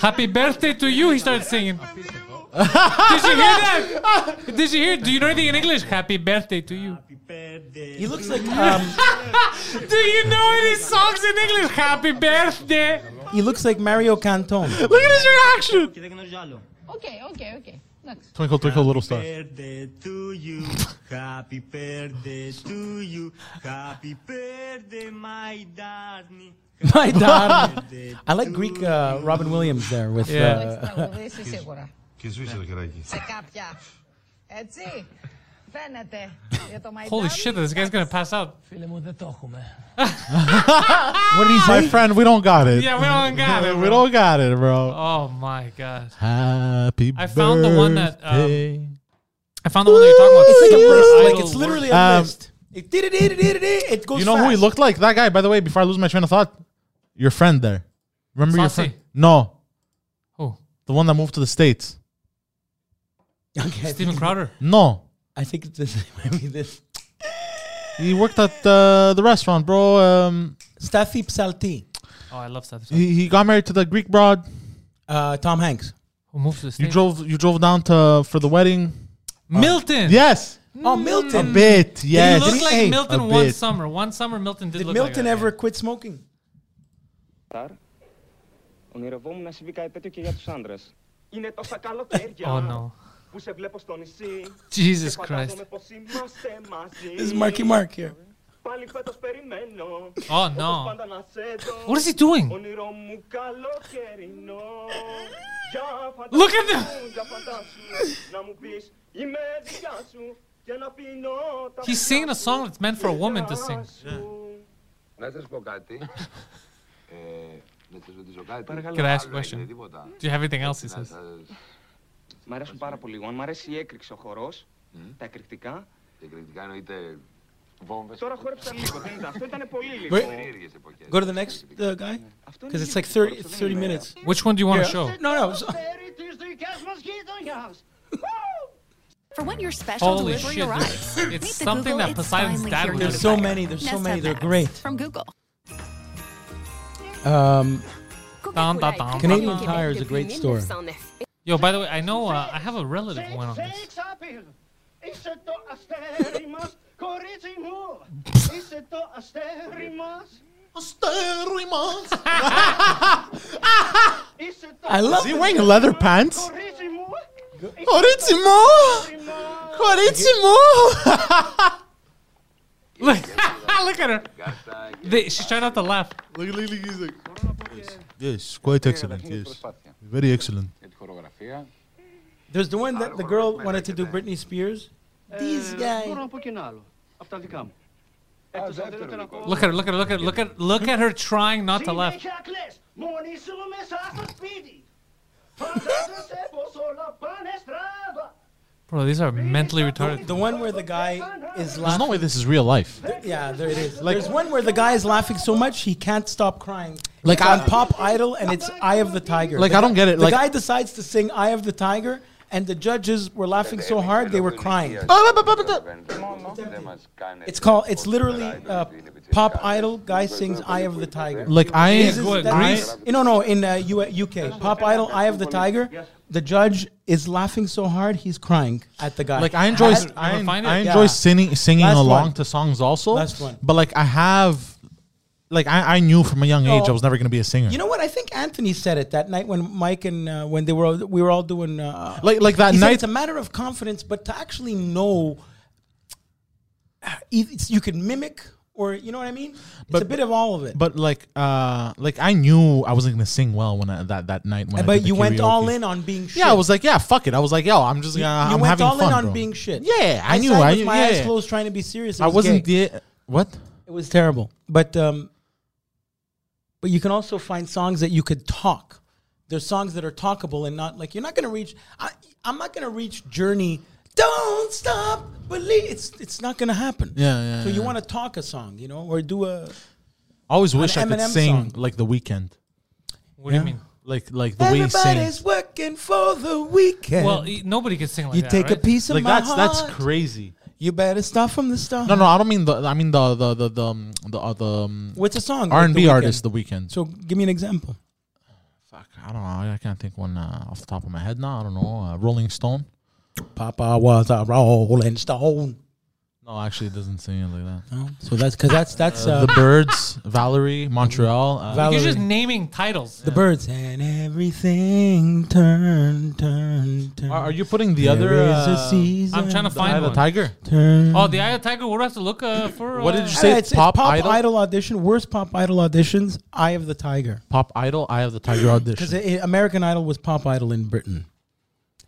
C: on. Happy birthday to you. He started singing. Did you hear that? Did you hear? Do you know anything in English? Happy birthday to you.
A: He looks like um,
C: Do you know any songs in English? Happy birthday.
A: he looks like Mario Cantone.
C: Look at his reaction.
I: Και δεν γνωρίζω άλλο.
B: Twinkle twinkle little star.
I: birthday to you. Happy birthday to you. Happy birthday, my darling.
A: My darling. I like Greek uh, Robin Williams there with.
C: Yeah.
A: Uh,
E: Και σβήσε το χεράκι.
C: Holy shit! This guy's gonna pass out.
B: What did he say? My friend, we don't got it.
C: Yeah, we don't got it.
B: we don't got it, bro.
C: Oh my god!
B: Happy
C: I found the one that, um,
B: birthday.
C: I found the one that you're talking about.
A: it's like a
C: Super
A: list. Like
C: Idol
A: it's
C: Worst-
A: literally a
B: Um,
A: list. It did it did it did it did it. It goes.
B: you know who he
A: fast.
B: looked like? That guy, by the way, before I lose my train of thought. Your friend there. Remember your
C: Saucy.
B: friend? No.
C: Oh,
B: The one that moved to the States.
A: Okay, I
C: Steven
A: think-
C: Crowder.
B: No.
A: I think it's this. Maybe this.
B: He worked at uh, the restaurant, bro. Um,
A: Staffy Psalti.
C: Oh, I love that.
B: he, he got married to the Greek broad.
A: Uh, Tom Hanks.
C: Who moved to the
B: You
C: States?
B: drove you drove down to for the wedding.
C: Milton.
B: Yes.
A: Oh, Milton.
B: A bit.
C: Hmm.
B: Yes.
C: He looked like
A: Hey,
C: Milton
B: a
C: one
B: bit.
C: summer. One summer, Milton did,
A: Did
C: look
A: Milton
C: like that.
A: ever quit smoking?
I: Ονειρευόμουν να συμβεί κάτι τέτοιο και για τους άντρες. Είναι τόσα καλοκαίρια
C: Oh no.
I: που σε βλέπω στο νησί.
C: Jesus Christ.
I: Φαντάζομαι πως είμαστε μαζί.
A: This is Marky Mark here.
I: Πάλι φέτος περιμένω.
C: Oh
I: Όπως
C: no.
I: πάντα να σε δω.
C: What is he doing?
I: Όνειρο μου καλοκαιρινό.
C: Look at them. He's singing a song that's meant for a woman to sing.
J: Να σας πω κάτι. Ε, να σας ρωτήσω κάτι.
C: Can I ask a question? Do you have anything else he says?
K: Μ' αρέσουν πάρα πολύ. Λοιπόν, Μ' αρέσει η έκρηξη, ο χορό, τα εκρηκτικά.
J: Mm. Εκρηκτικά εννοείται βόμβες.
K: Τώρα χόρεψα λίγο, δεν ήταν. Αυτό ήταν πολύ λίγο.
A: Wait. Go to the next uh, guy because it's like 30, 30 minutes.
C: Which one do you wanna
A: Yeah.
C: show?
A: No, no. so-
L: For when your special
C: Holy
L: delivery
C: shit,
L: arrives,
C: dude.
L: Meet
C: It's
L: the
C: something
L: Google,
C: that
L: It's
C: Poseidon's
L: finally
C: dad
L: here
C: would
L: with
C: have
L: the
C: done.
A: So many, there's so
L: Nest
A: many,
L: Hub
A: they're
L: apps
A: great.
L: From Google.
A: Um,
C: Dun, dun, dun.
A: Canadian Tire is a great store.
C: Yo, by the way, I know uh, I have a relative who went on this.
I: Είσαι το αστέρι μας, κορίτσι μου. Είσαι το αστέρι μας.
B: Αστέρι μας.
I: Είσαι το
B: I love
I: αστέρι
B: Is he wearing leather
I: μας,
B: pants?
I: κορίτσι μου.
B: Κορίτσι μου! Κορίτσι μου!
C: Look, look at her. They, she's trying not to laugh.
B: Look, look, look, he's like. Yes, quite excellent. Yes, very excellent.
J: Για τη χορογραφία.
A: There's the one that the girl wanted to do Britney Spears. Uh, These
K: Ε,
A: guys.
K: Μπορώ να πω και ένα άλλο. Από τα δικά μου. Εκτός αν θέλετε να πω-
C: Look at her. Look at her. Look at her. Look at look at her trying not to laugh.
I: Συνέχεια κλαις, μόνη σου μέσα στο σπίτι. Φαντάζεσαι πως όλα πάνε στραβά.
C: Bro, these are mentally retarded.
A: The one where the guy is
B: There's
A: laughing.
B: no way this is real life.
A: Yeah, there it is. There's one where the guy is laughing so much he can't stop crying.
B: Like
A: Like
B: I-
A: on Pop Idol, and it's Eye of the Tiger.
B: Like, I
A: The guy-
B: don't get it,
A: The
B: like-
A: guy decides to sing Eye of the Tiger, and the judges were laughing so hard they were crying.
B: Oh,
J: Δεν μας κάνει.
A: It's called. It's literally uh, Pop Idol. Guy sings Eye of the Tiger.
B: Like, I-
A: This is
B: Go-
A: that-
B: Greece?
A: you know, no, in uh, U- UK, Pop Idol, Eye of the Tiger. The judge is laughing so hard he's crying at the guy.
B: Like I enjoy,
A: At-
B: I, I enjoy
A: Yeah.
B: singing singing
A: Last
B: along
A: one.
B: to songs also.
A: Last one.
B: But like I have, like I, I knew from a young age I
A: No.
B: was never gonna be a singer.
A: You know what? I think Anthony said it that night when Mike and uh, when they were all, we were all doing uh,
B: Like- like that
A: he said
B: night-
A: it's a matter of confidence, but to actually know, e- it's, you can mimic or you know what I mean. it's a bit of all of it.
B: But like, uh, like I knew I wasn't gonna sing well when I, that that night when. I
A: but
B: did the
A: you went
B: karaoke.
A: all in on being. Shit.
B: Yeah, I was like, yeah, fuck it. I was like, yo, I'm just,
A: You-
B: gonna
A: you
B: I'm
A: went
B: having
A: all
B: fun,
A: in on
B: bro.
A: being shit.
B: Yeah, I, knew.
A: sang
B: I
A: with
B: knew.
A: my
B: yeah.
A: eyes closed, trying to be serious. It
B: I
A: was
B: wasn't
A: gay.
B: the what?
A: It was terrible. But um, but you can also find songs that you could talk. There's songs that are talkable and not like you're not gonna reach. I, I'm not gonna reach Journey. Don't stop believe. It's it's not gonna happen.
B: Yeah, yeah,
A: So you
B: yeah.
A: want to talk a song, you know, or do a.
B: I always wish I
A: An
B: could
A: Eminem
B: sing
A: song.
B: like The Weekend.
C: What do you mean?
B: Like like the way he sings.
A: working for the weekend.
C: Well, e- nobody could sing like
A: you
C: that.
A: take a
C: right?
A: piece of
B: Like
A: my
B: that's
A: heart.
B: that's crazy.
A: you better start from the start.
B: No, no, I don't mean the. I mean the the the the um, the, uh, the um,
A: What's a song?
B: R
A: like
B: and
A: The
B: B
A: Weeknd?
B: artist The Weekend.
A: So give me an example.
B: Fuck, I don't know. I, I can't think one uh, off the top of my head now. I don't know. Uh, Rolling Stone.
A: Papa was a rolling stone.
B: No, actually, it doesn't sing it like that.
A: No? So that's because that's that's
B: Uh,
A: uh,
B: the Birds, Valerie, Montreal. Uh,
A: Val-
C: You're
A: Valerie.
C: just naming titles.
A: The birds and everything turn, turn, turn.
B: are, are you putting the
A: There
B: other?
A: is a
B: uh,
A: season.
C: I'm trying to
B: the Eye
C: find
B: of the
C: one.
B: tiger.
A: Turn.
C: Oh, the Eye of the Tiger. We'll have to look uh, for.
B: What
C: uh,
B: did you
A: Yeah,
B: say?
A: it's, it's
B: Pop
A: pop,
B: Idol?
A: idol? audition. Worst pop idol auditions. Eye of the Tiger.
B: Pop Idol, Eye of the Tiger
A: Because
B: audition.
A: American Idol was pop idol in Britain.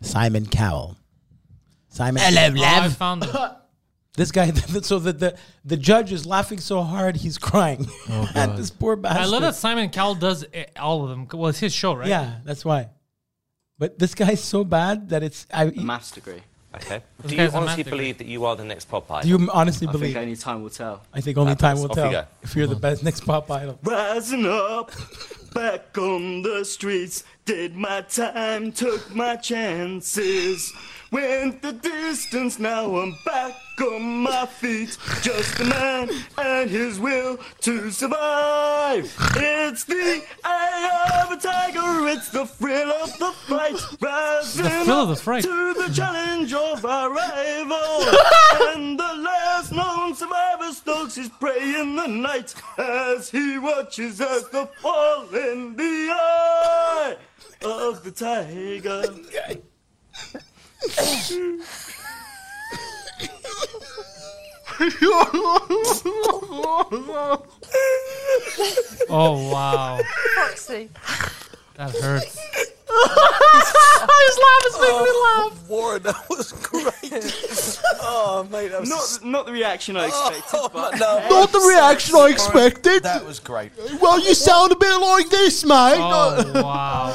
A: Simon Cowell. Simon.
C: Oh, I found it.
A: This guy. So the, the the judge is laughing so hard he's crying
B: Oh,
A: at this poor bastard.
C: I love that Simon Cowell does eh, all of them. Well, it's his show, right?
A: Yeah, that's why. But this guy's so bad that it's. I, do
K: Maths degree.
M: Okay.
C: This
M: Do you
C: guy's a
M: honestly
C: math
M: believe that you are the next pop idol?
A: you honestly
K: I
A: believe?
K: think only time will tell.
A: I think only
M: Fabulous.
A: time will
M: Off you
A: tell
M: go.
A: if you're the best next pop idol.
I: Rising up, back on the streets, did my time, took my chances. Went the distance, now I'm back on my feet. Just a man and his will to survive. It's the eye of a tiger, it's the thrill of the fight. Rising
C: thrill of
I: up
C: the fright.
I: to the challenge of our rival. and the last known survivor stalks his prey in the night as he watches as the fall in the eye of the tiger.
C: Oh wow, that hurts.
B: His laugh is making me laugh.
I: Lord, that was great. oh, mate, that was Oh, not not the reaction I expected. but
N: no. Not the reaction I expected.
I: That was great.
N: Well, you sound a bit like this, mate.
C: Oh, wow.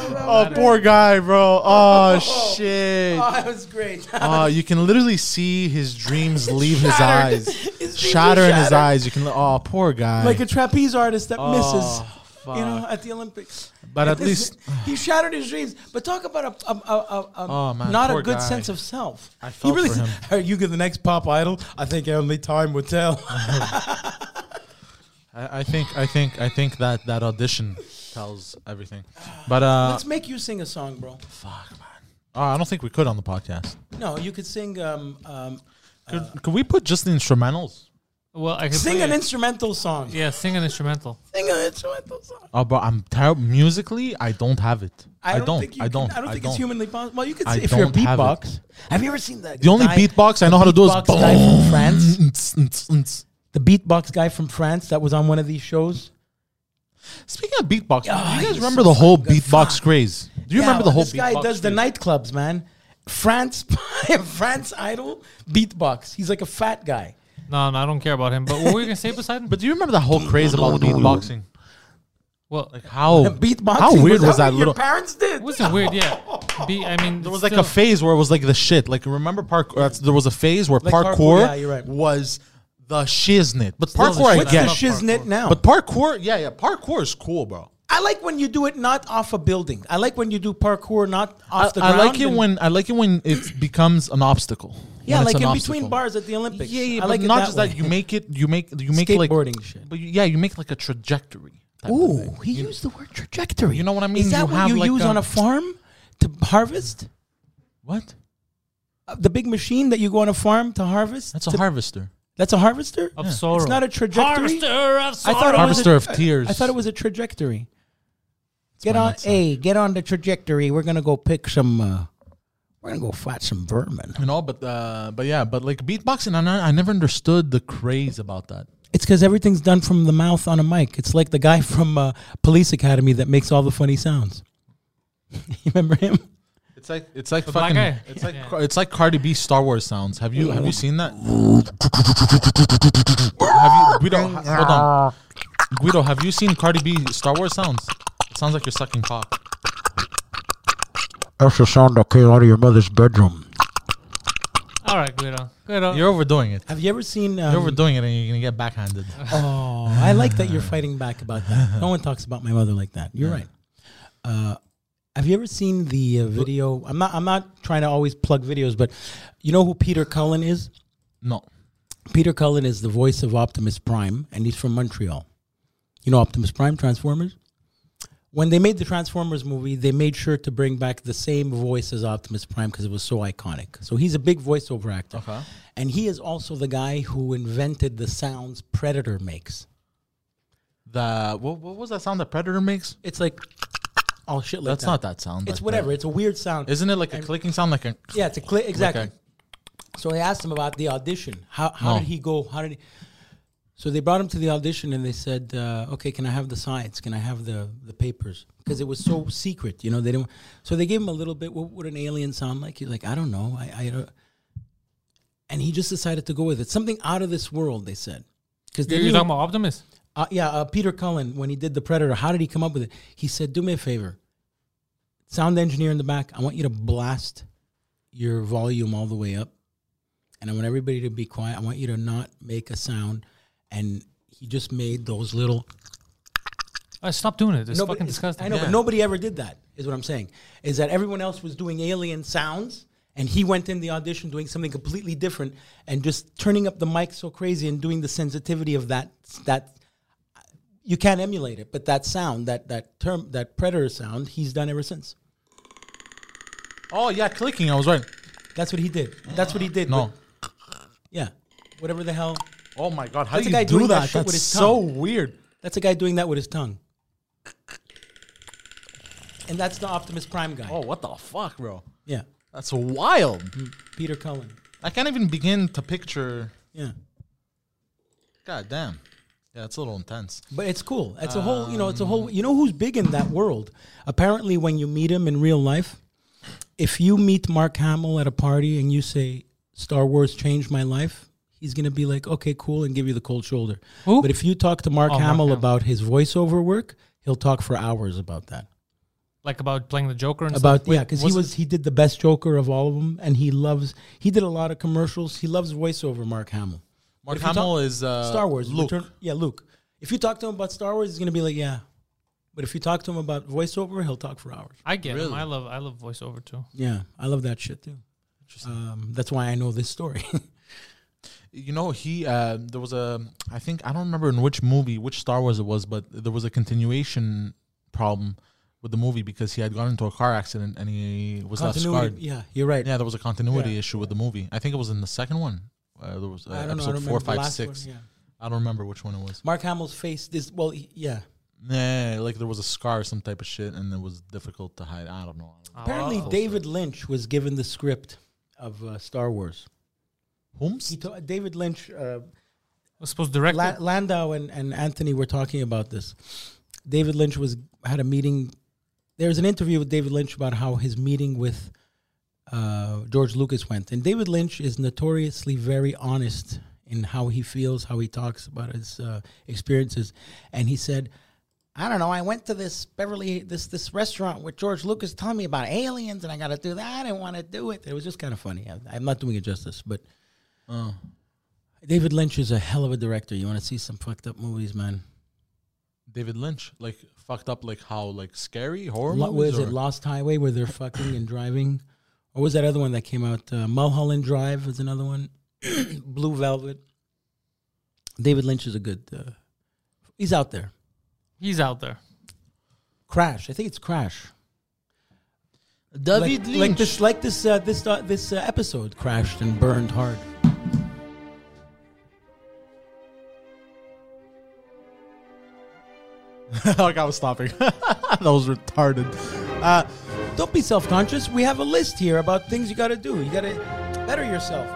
B: Oh, poor guy, bro. Oh, shit.
A: Oh, that was great.
B: Oh, you can literally see his dreams leave his
A: Shattered.
B: eyes.
A: dreams are
B: Shatter in his
A: shattered.
B: eyes. You can. li- Oh, poor guy.
A: like a trapeze artist that
B: Oh,
A: misses. You know,
B: fuck.
A: at the Olympics.
B: But at
A: This-
B: least-
A: he shattered his dreams. But talk about a, a, a, a, a
B: Oh, man,
A: not a
B: poor
A: good
B: guy.
A: sense of self.
B: I
A: He
B: felt for
A: said,
B: him.
A: "Are you get the next pop idol? I think only time will tell.
B: I, I think. I think. I think that that audition tells everything. But uh,
A: Let's make you sing a song, bro.
B: Fuck, oh, I don't think we could on the podcast.
A: No, you could sing. Um, um,
B: Could, could we put just the instrumentals?
C: Well, I can
A: sing
C: play
A: an
C: it.
A: instrumental song.
C: Yeah, sing an instrumental.
A: Sing an instrumental song.
B: Oh, but I'm terrible musically. I don't have it. I don't.
A: think you
B: I don't.
A: Can, I don't think it's humanly possible. Well, you could
B: I
A: say if you're a
B: don't have it.
A: beatbox. Have you ever seen that?
B: The only
A: guy-
B: beatbox I know how to do is
A: beatbox guy from
B: France.
A: The beatbox guy from France that was on one of these shows.
B: Speaking of beatbox,
A: Ah,
B: do you
A: he
B: guys
A: was
B: remember
A: so
B: the whole
A: fucking good.
B: beatbox
A: Fuck.
B: craze? Do you
A: Yeah,
B: remember the
A: well,
B: whole
A: This guy
B: beatbox
A: does the
B: craze?
A: nightclubs, man. France, France Idol beatbox. He's like a fat guy.
C: No, no, I don't care about him. But what were you gonna say, Poseidon?
B: But do you remember the whole craze about beatboxing?
C: Well,
B: Like how
A: Beatboxing.
B: How weird was
A: what
B: that
A: your
B: little?
A: parents did.
C: was it weird? Yeah. Be, I mean,
B: There was like a phase where it was like the shit. Like remember park? That's, there was a phase where
A: Like parkour,
B: parkour,
A: yeah, you're right.
B: was the shiznit. But
C: Still the
B: parkour, I
C: shit.
A: What's the
B: get.
A: shiznit now?
B: But parkour, yeah, yeah, parkour is cool, bro.
A: I like when you do it not off a building. I like when you do parkour not off the
B: I, I
A: ground.
B: like it
A: and-
B: when I like it when it becomes an obstacle.
A: yeah,
B: When it's
A: like
B: an
A: in
B: obstacle.
A: between bars at the Olympics.
B: Yeah, yeah,
A: I
B: but
A: like it
B: not just
A: way.
B: that. You make it. You make. You make like
A: Skateboarding shit.
B: But you, yeah, you make like a trajectory. type of
A: Ooh,
B: thing.
A: he used the word trajectory.
B: You know what I mean?
A: Is that
B: You
A: what
B: have
A: you
B: like
A: use
B: a-
A: on a farm to harvest?
B: What?
A: Uh, The big machine that you go on a farm to harvest?
B: That's a
A: To-
B: harvester.
A: That's a harvester?
C: of sorrow.
A: It's not a trajectory.
C: Harvester of sorrow.
A: it was
B: Harvester of tears.
A: I thought it was a trajectory. get
B: my
A: on
B: next
A: a. Get on the trajectory. We're gonna go pick some. Uh, we're gonna go fight some vermin.
B: You know, but uh, but yeah, but like beatboxing, I, ne- I never understood the craze about that.
A: It's because everything's done from the mouth on a mic. It's like the guy from uh, Police Academy that makes all the funny sounds. you remember him?
B: It's like it's like
C: black
B: fucking
C: guy.
B: it's like
C: Yeah.
B: Car- it's like Cardi B Star Wars sounds. Have you have you seen that? have you Guido ha- hold on. Guido, have you seen Cardi B Star Wars sounds? It sounds like you're sucking cock.
A: That's the sound that came out of your mother's bedroom.
C: All right, Guido. Guido.
B: You're overdoing it.
A: Have you ever seen?
B: You're
A: Um,
B: overdoing it and you're gonna get backhanded.
A: oh, I like that you're fighting back about that. No one talks about my mother like that. You're right. Uh, have you ever seen the uh, video? I'm not. I'm not trying to always plug videos, but you know who Peter Cullen is?
B: No.
A: Peter Cullen is the voice of Optimus Prime, and he's from Montreal. You know Optimus Prime, Transformers? When they made the Transformers movie, they made sure to bring back the same voice as Optimus Prime because it was so iconic. So he's a big voiceover actor.
B: Okay.
A: And he is also the guy who invented the sounds Predator makes.
B: The what, what was that sound that Predator makes?
A: It's like all shit like
B: That's
A: that.
B: not that sound.
A: It's
B: that-
A: whatever. It's a weird sound.
B: Isn't it like a clicking sound like a
A: Yeah, it's a clip. Exactly.
B: Okay.
A: So I asked him about the audition. How, how
B: No.
A: did he go? How did he? So they brought him to the audition and they said, uh, "Okay, can I have the science? Can I have the the papers?" Because it was so secret, you know. They didn't. So they gave him a little bit. What would an alien sound like? He's like, "I don't know. I, I don't." And he just decided to go with it. Something out of this world, they said. Because
C: You're talking about Optimus?
A: uh, yeah, uh, Peter Cullen, when he did The Predator, how did he come up with it? He said, Do me a favor. Sound engineer in the back, I want you to blast your volume all the way up. And I want everybody to be quiet. I want you to not make a sound. And he just made those little.
C: Uh, stop doing it. It's fucking
A: it's-
C: disgusting.
A: I know, but nobody ever did that, is what I'm saying. Is that everyone else was doing alien sounds. And he went in the audition doing something completely different and just turning up the mic so crazy and doing the sensitivity of that that you can't emulate it, but that sound, that that term, that predator sound, he's done ever since.
B: Oh yeah, clicking. I was right.
A: That's what he did. That's what he did.
B: No.
A: with- yeah, whatever the hell.
B: Oh my god, how do
A: That's a
B: you
A: guy
B: do
A: doing that
B: that?
A: shit with
B: That's
A: his
B: so
A: tongue.
B: weird.
A: That's a guy doing that with his tongue. And that's the Optimus Prime guy.
B: Oh what the fuck, bro?
A: Yeah,
B: That's wild.
A: Peter Cullen.
B: I can't even begin to picture.
A: Yeah,
B: God damn. Yeah, it's a little intense.
A: but it's cool. It's a
C: Um.
A: whole, you know, it's a whole. You know who's big in that world? Apparently, when you meet him in real life, if you meet Mark Hamill at a party and you say Star Wars changed my life, he's gonna be like, okay, cool, and give you the cold shoulder.
C: Who?
A: But if you talk to Mark
C: Oh, Mark
A: Hamill
C: Hamill.
A: about his voiceover work, he'll talk for hours about that.
C: Like about playing the Joker and
A: About
C: stuff. Wait,
A: yeah, because he was he did the best Joker of all of them, and he loves he did a lot of commercials. He loves voiceover. Mark Hamill.
B: Mark
A: But if you
B: Hamill is, uh,
A: Star Wars.
B: Luke.
A: yeah, Luke. If you talk to him about Star Wars, he's gonna be like, yeah. But if you talk to him about voiceover, he'll talk for hours.
C: I get him. I love I love voiceover too.
A: Yeah, I love that shit too. Um, that's why I know this story.
B: You know, he uh, there was a I think I don't remember in which movie, which Star Wars it was, but there was a continuation problem with the movie because he had gotten into a car accident and he was left
A: Continuity,
B: scarred.
A: yeah, you're right.
B: Yeah, there was a continuity
A: Yeah.
B: issue with the movie. I think it was in the second one. Uh, there was uh,
A: I don't know,
B: episode
A: I don't
B: four,
A: remember the
B: five,
A: last one,
B: six.
A: yeah.
B: I don't remember which one it was.
A: Mark Hamill's face. This well, he- yeah.
B: Nah, like there was a scar or some type of shit, and it was difficult to hide. I don't know.
A: Apparently,
B: Oh.
A: David Lynch was given the script of uh, Star Wars.
B: Whom's?
A: David Lynch uh,
C: was supposed to direct
A: La-
C: it.
A: Landau and, and Anthony were talking about this. David Lynch was had a meeting. There was an interview with David Lynch about how his meeting with uh, George Lucas went, and David Lynch is notoriously very honest in how he feels, how he talks about his uh, experiences, and he said. I don't know. I went to this Beverly, this this restaurant with George Lucas telling me about aliens, and I got to do that. I want to do it. It was just kind of funny. I, I'm not doing it justice, but David Lynch is a hell of a director. You want to see some fucked up movies, man?
B: David Lynch, like fucked up, like how, like scary horror
A: Lo-
B: movies.
A: was it
B: or-
A: Lost Highway where they're fucking and driving? Or was that other one that came out? Uh, Mulholland Drive is another one. Blue Velvet. David Lynch is a good. Uh, he's out there.
C: He's out there.
A: Crash. I think it's Crash.
B: David
A: like,
B: Lynch.
A: Like this, like this, uh, this, uh, this uh, episode crashed and burned hard.
B: like I was stopping. that was retarded. Uh,
A: don't be self-conscious. We have a list here about things you got to do. You got to better yourself.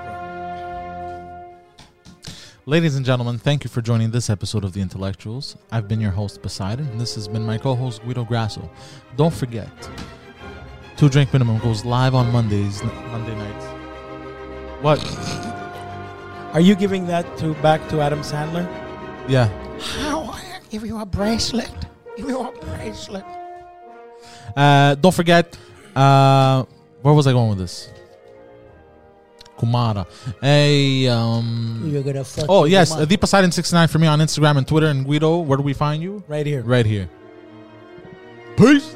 B: Ladies and gentlemen, thank you for joining this episode of The Intellectuals. I've been your host, Poseidon, and this has been my co host, Guido Grasso. Don't forget, Two Drink Minimum goes live on Mondays, Monday nights. What?
A: Are you giving that to back to Adam Sandler?
B: Yeah.
A: How I give you a bracelet? Give you a bracelet.
B: Uh, don't forget, uh, where was I going with this? Kumara. Hey, um.
A: You're gonna fuck
B: Oh,
A: with
B: yes,
A: Kumara.
B: uh, the Poseidon69 for me on Instagram and Twitter. And Guido, where do we find you?
A: Right here.
B: Right here. Peace.